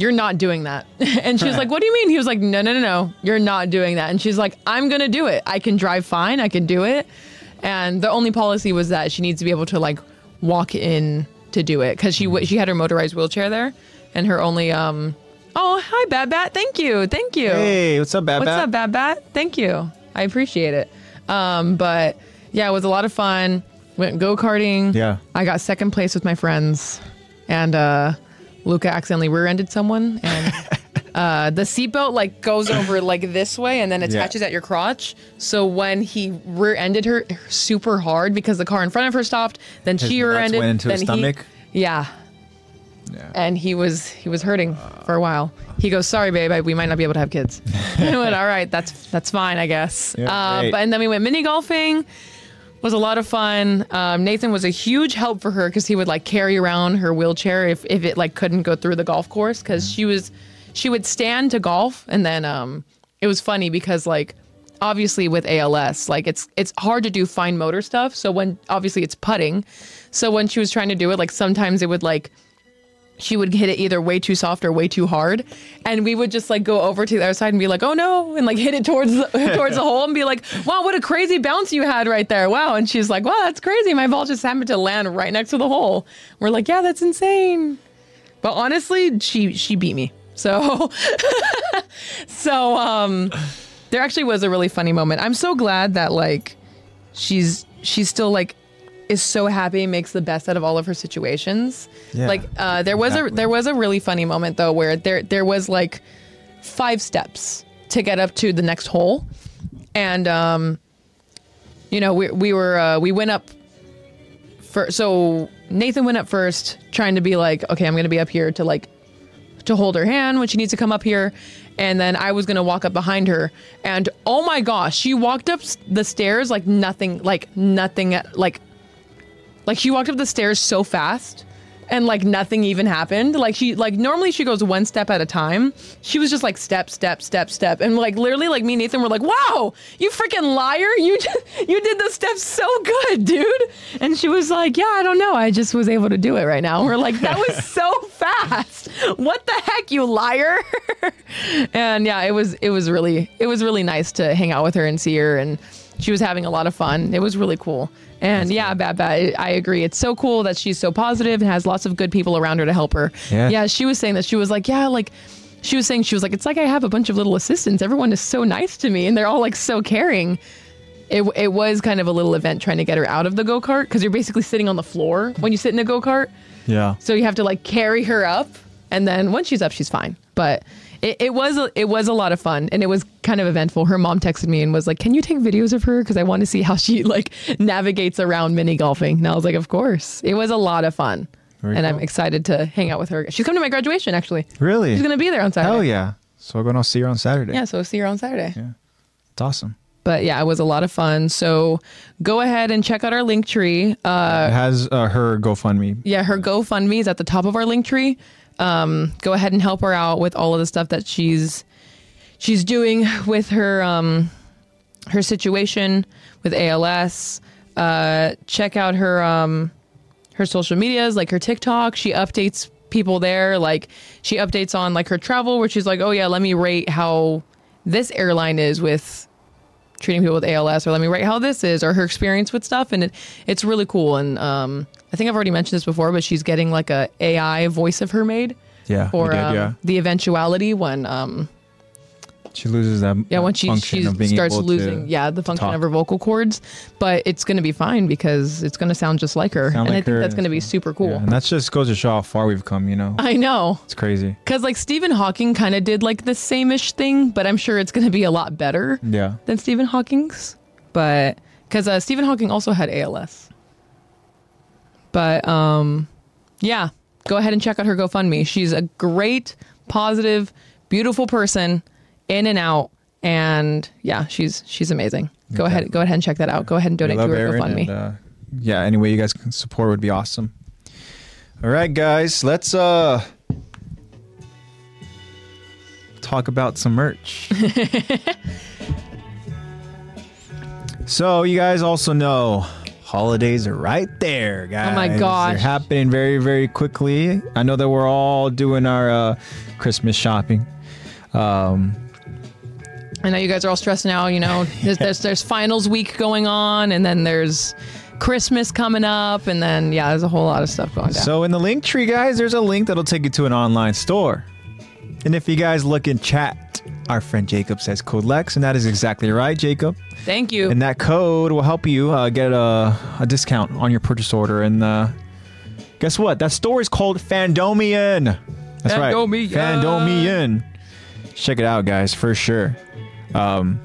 you're not doing that. and she was like, what do you mean? He was like, no, no, no, no, you're not doing that. And she's like, I'm going to do it. I can drive fine. I can do it. And the only policy was that she needs to be able to like walk in to do it because she w- she had her motorized wheelchair there, and her only um. Oh, hi, Bat Bat. Thank you. Thank you.
Hey, what's up, Bat
What's
Bat?
up, Bat Bat? Thank you. I appreciate it. Um, but yeah, it was a lot of fun. Went go karting.
Yeah.
I got second place with my friends, and uh, Luca accidentally rear-ended someone, and uh, the seatbelt like goes over like this way and then attaches at your crotch. So when he rear-ended her super hard because the car in front of her stopped, then she
nuts
rear-ended,
went into
then
his
he-
stomach?
yeah,
Yeah.
and he was he was hurting for a while. He goes, "Sorry, babe, I, we might not be able to have kids." I went, "All right, that's that's fine, I guess."
Yeah,
uh,
right.
But and then we went mini golfing. Was a lot of fun. Um, Nathan was a huge help for her because he would like carry around her wheelchair if if it like couldn't go through the golf course because she was she would stand to golf and then um it was funny because like obviously with ALS like it's it's hard to do fine motor stuff so when obviously it's putting so when she was trying to do it like sometimes it would like she would hit it either way too soft or way too hard and we would just like go over to the other side and be like oh no and like hit it towards the, towards the hole and be like wow what a crazy bounce you had right there wow and she's like wow that's crazy my ball just happened to land right next to the hole we're like yeah that's insane but honestly she she beat me so so um there actually was a really funny moment i'm so glad that like she's she's still like is so happy and makes the best out of all of her situations
Yeah,
like uh, there was
exactly.
a there was a really funny moment though where there there was like five steps to get up to the next hole and um you know we, we were uh, we went up for so nathan went up first trying to be like okay i'm gonna be up here to like to hold her hand when she needs to come up here. And then I was gonna walk up behind her, and oh my gosh, she walked up s- the stairs like nothing, like nothing, like like she walked up the stairs so fast, and like nothing even happened. Like she like normally she goes one step at a time. She was just like step, step, step, step, and like literally like me and Nathan were like, wow, you freaking liar, you just, you did the steps so good, dude. And she was like, yeah, I don't know, I just was able to do it right now. And we're like, that was so fast. What the heck, you liar? and yeah, it was it was really it was really nice to hang out with her and see her and she was having a lot of fun. It was really cool. And yeah, Bat Bat, I I agree. It's so cool that she's so positive and has lots of good people around her to help her.
Yeah.
yeah she was saying that she was like, yeah, like she was saying she was like, it's like I have a bunch of little assistants. Everyone is so nice to me and they're all like so caring. It, it was kind of a little event trying to get her out of the go kart because you're basically sitting on the floor when you sit in a go kart.
Yeah.
So you have to like carry her up, and then once she's up, she's fine. But it, it was a- it was a lot of fun, and it was kind of eventful. Her mom texted me and was like, "Can you take videos of her? Because I want to see how she like navigates around mini golfing." And I was like, "Of course." It was a lot of fun,
Very
and I'm
cool.
excited to hang out with her. She's coming to my graduation actually.
Really?
She's gonna be there on Saturday.
Hell yeah. So we're going to see her on Saturday.
Yeah, so see her on Saturday.
It's awesome.
But yeah, it was a lot of fun. So go ahead and check out our link tree. Uh,
it has uh, her GoFundMe.
yeah, her GoFundMe is at the top of our link tree. Um, go ahead and help her out with all of the stuff that she's she's doing with her um, her situation with ALS. Uh, check out her um, her social medias, like her TikTok. She updates people there. Like she updates on like her travel, where she's like, "Oh yeah, let me rate how this airline is with treating people with ALS or let me write how this is or her experience with stuff and it it's really cool and um I think I've already mentioned this before but she's getting like a AI voice of her made
Yeah. we
for
did,
um,
yeah.
the eventuality when um
She loses that
yeah when she,
function
she
of being
starts
able to-
losing yeah the function
talk.
of her vocal cords but it's going to be fine because it's going to sound just like her
Sound
and I
like
think
her
that's
and
going to be
it's-
super cool
Yeah, and that just goes to show how far we've come, you know?
I know
It's crazy.
cuz like Stephen Hawking kind of did like the same-ish thing but I'm sure it's going to be a lot better
Yeah.
than Stephen Hawking's, but because uh, Stephen Hawking also had ALS. But um, yeah, go ahead and check out her GoFundMe. She's a great, positive, beautiful person, in and out, and yeah, she's she's amazing. Go ahead, go ahead and check that out. Go ahead and
We
donate to
love
her
Erin,
GoFundMe.
and, uh, yeah, any way you guys can support would be awesome. All right, guys, let's uh talk about some merch. so you guys also know Holidays are right there, guys.
Oh my
They're
gosh.
happening very, very quickly. I know that we're all doing our uh, Christmas shopping.
I know you guys are all stressed now. You know, there's, there's there's finals week going on, and then there's Christmas coming up, and then yeah, there's a whole lot of stuff going down.
So in the link tree, guys, there's a link that'll take you to an online store. And if you guys look in chat, our friend Jacob says code Lex, and that is exactly right, Jacob.
Thank you.
And that code will help you uh, get a, a discount on your purchase order. And uh, guess what? That store is called Fandomian. That's
Fandomian.
right. Fandomian. Check it out, guys, for sure. Um,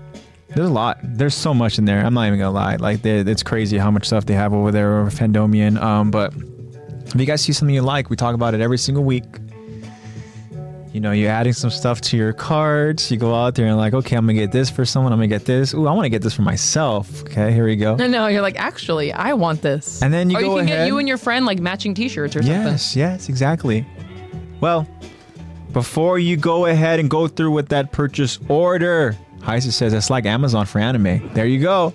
there's a lot. There's so much in there. I'm not even gonna lie. Like, they- it's crazy how much stuff they have over there over Fandomian. Um, but if you guys see something you like, we talk about it every single week. You know, you're adding some stuff to your cards. You go out there and like, okay, I'm gonna get this for someone. I'm gonna get this. Ooh, I want to get this for myself. Okay, here we go.
No, no, you're like, actually, I want this.
And then you
or you
go
can
ahead-
get you and your friend like matching T-shirts or something.
Yes, yes, exactly. Well, before you go ahead and go through with that purchase order, Heisa says it's like Amazon for anime. There you go.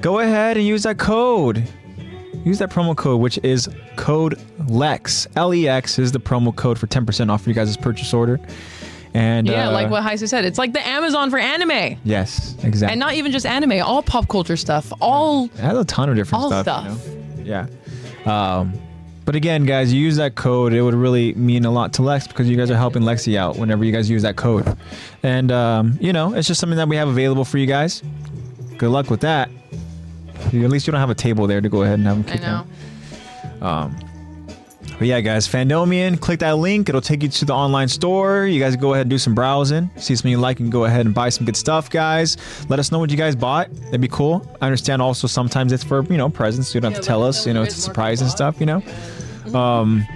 Go ahead and use that code. Use that promo code, which is code LEX. L E X is the promo code for 10% off your guys' purchase order. And
Yeah,
uh,
like what Heise said, it's like the Amazon for anime,
Yes, exactly.
and not even just anime, all pop culture stuff, all
It has a ton of different
All
stuff. you know? Yeah. Um, but again, guys, you use that code. It would really mean a lot to Lex because you guys are helping Lexi out whenever you guys use that code. And, um, you know, it's just something that we have available for you guys. Good luck with that. You- At least you don't have a table there to go ahead and have them
I
kick
know.
out. But yeah, guys, Fandomian, click that link. It'll take you to the online store. You guys go ahead and do some browsing, see something you like, and go ahead and buy some good stuff, guys. Let us know what you guys bought. That'd be cool. I understand also sometimes it's for, you know, presents. You don't
Yeah,
have to tell
let us
us,
know
you know,
what
it's a
you guys
surprise and
bought.
stuff, you know? Um,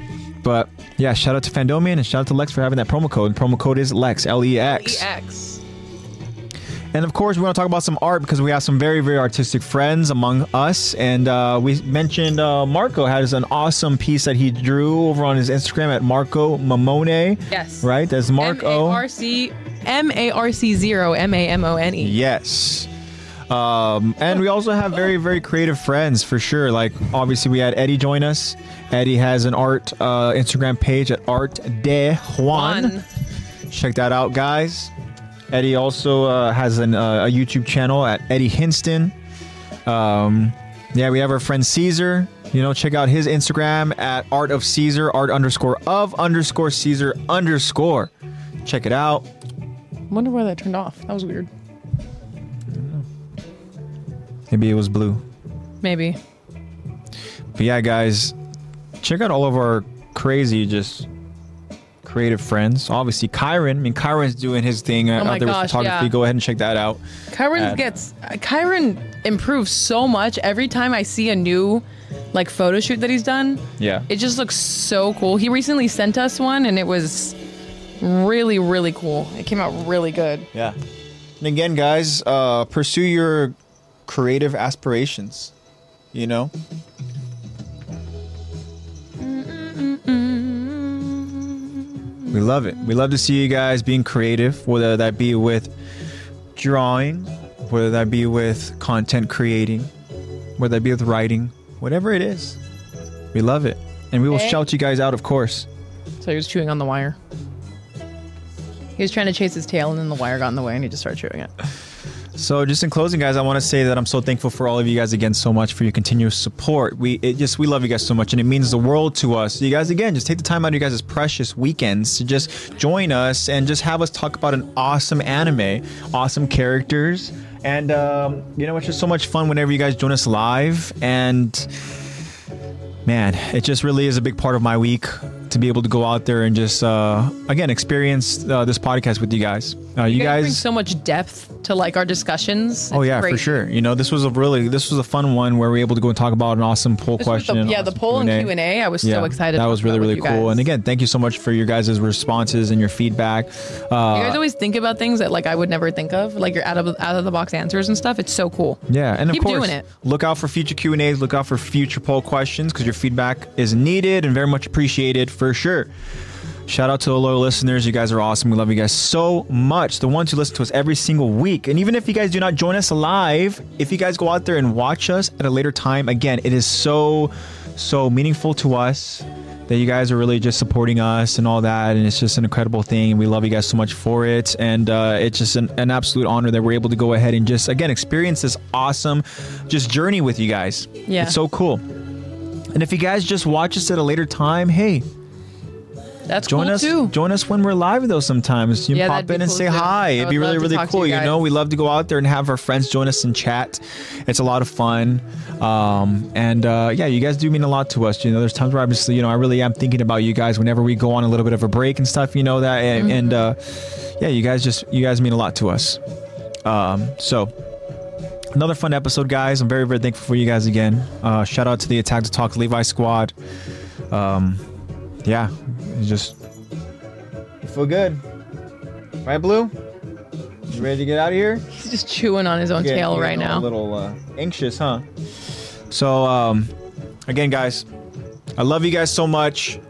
but yeah, shout out to Fandomian and shout out to Lex for having that promo code. promo code is Lex, L E X.
EX.
And of course, we want to talk about some art because we have some very, very artistic friends among us. And uh, we mentioned uh, Marco has an awesome piece that he drew over on his Instagram at Marco Mamone.
Yes.
Right? That's Marco.
M A R C M A R C zero M A M O N E.
Yes. Um, and we also have very, very creative friends for sure. Like, obviously, we had Eddie join us. Eddie has an art uh, Instagram page at Art de Juan.
Juan.
Check that out, guys. Eddie also uh, has an, uh, a YouTube channel at Eddie Hinston. Um, yeah, we have our friend Caesar. You know, check out his Instagram at Art of Caesar, Art underscore of underscore Caesar underscore. Check it out.
Wonder why that turned off. That was weird.
Maybe it was blue.
Maybe.
But yeah, guys, check out all of our crazy, just creative friends. Obviously, Kyron. I mean, Kyron's doing his thing out
Oh my
there
gosh,
with photography.
yeah.
Go ahead and check that out.
Kyron
And-
gets uh, Kyron improves so much every time I see a new like photo shoot that he's done.
Yeah.
It just looks so cool. He recently sent us one and it was really really cool. It came out really good.
yeah. And again, guys, uh, pursue your creative aspirations. You know, we love it. We love to see you guys being creative, whether that be with drawing, whether that be with content creating, whether that be with writing, whatever it is. We love it. And we will
Okay.
shout you guys out, of course.
So he was chewing on the wire. He was trying to chase his tail and then the wire got in the way and he just started chewing it.
So, just in closing, guys, I want to say that I'm so thankful for all of you guys again so much for your continuous support. We it just we love you guys so much, and it means the world to us. You guys, again, just take the time out of you guys' precious weekends to just join us and just have us talk about an awesome anime, awesome characters, and um, you know it's just so much fun whenever you guys join us live and. Man, it just really is a big part of my week to be able to go out there and just uh, again experience uh, this podcast with you guys. Uh, you,
You guys bring
guys
so much depth to like our discussions.
Oh
It's
yeah, for
great.
sure. You know, this was a really this was a fun one where we were able to go and talk about an awesome poll
This was
question.
the-
an
yeah, the
awesome
poll and Q and A. I was so excited.
That
to
was
talk
really
about with
really
you
cool.
guys.
And again, thank you so much for your guys' responses and your feedback. Uh,
You guys always think about things that like I would never think of, like your out of out of the box answers and stuff. It's so cool.
yeah, and
keep
of course,
doing it.
look out for future Q and A's. Look out for future poll questions because your feedback is needed and very much appreciated for sure. Shout out to the loyal listeners. You guys are awesome. We love you guys so much. The ones who listen to us every single week. And even if you guys do not join us live, if you guys go out there and watch us at a later time, again, it is so, so meaningful to us that you guys are really just supporting us and all that. And it's just an incredible thing. We love you guys so much for it. And uh, it's just an, an absolute honor that we're able to go ahead and just, again, experience this awesome just journey with you guys.
Yeah.
It's so cool. And if you guys just watch us at a later time, hey,
That's
Join
cool
us.
too.
Join us when we're live though. Sometimes you
Yeah,
pop
that'd be
in and
cool,
say
too.
hi.
I
It'd
would
be
love
really
to
really
talk to
cool.
you
You, know,
guys.
we love to go out there and have our friends join us and chat. It's a lot of fun. Um, and uh, yeah, you guys do mean a lot to us. You know, there's times where obviously you know I really am thinking about you guys whenever we go on a little bit of a break and stuff. You know that
Mm-hmm.
and, and uh, yeah, you guys just you guys mean a lot to us. Um, so another fun episode, guys. I'm very very thankful for you guys again. Uh, shout out to the Attack to Talk Levi Squad. Um, yeah, it's just you feel good, right, Blue? You ready to get out of here?
He's just chewing on his own
Getting-
tail
getting
right
a
now.
little uh, anxious, huh? So, um, again, guys, I love you guys so much.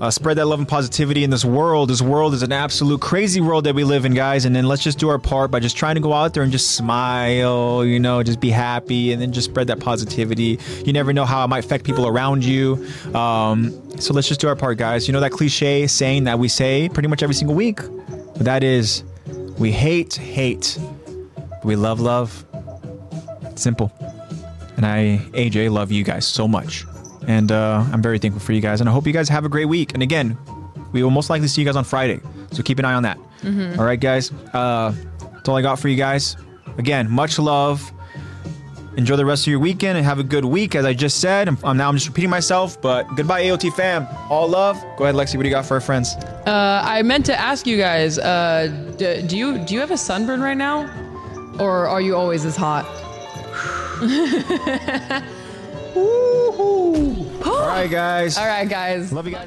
Uh, spread that love and positivity in this world. This world is an absolute crazy world that we live in, guys. And then let's just do our part by just trying to go out there and just smile, you know, just be happy, and then just spread that positivity. You never know how it might affect people around you. Um, so let's just do our part, guys. You know that cliche saying that we say pretty much every single week. But that is, we hate hate, but we love love. Simple. And I, AJ, love you guys so much. And uh, I'm very thankful for you guys. And I hope you guys have a great week. And again, we will most likely see you guys on Friday. So keep an eye on that.
Mm-hmm.
All right, guys. Uh, that's all I got for you guys. Again, much love. Enjoy the rest of your weekend and have a good week. As I just said, I'm, I'm now I'm just repeating myself, but goodbye, AOT fam. All love. Go ahead, Lexi. What do you got for our friends?
Uh, I meant to ask you guys. Uh, d- do you do you have a sunburn right now, or are you always as hot?
All right, guys.
All right, guys.
Love you guys.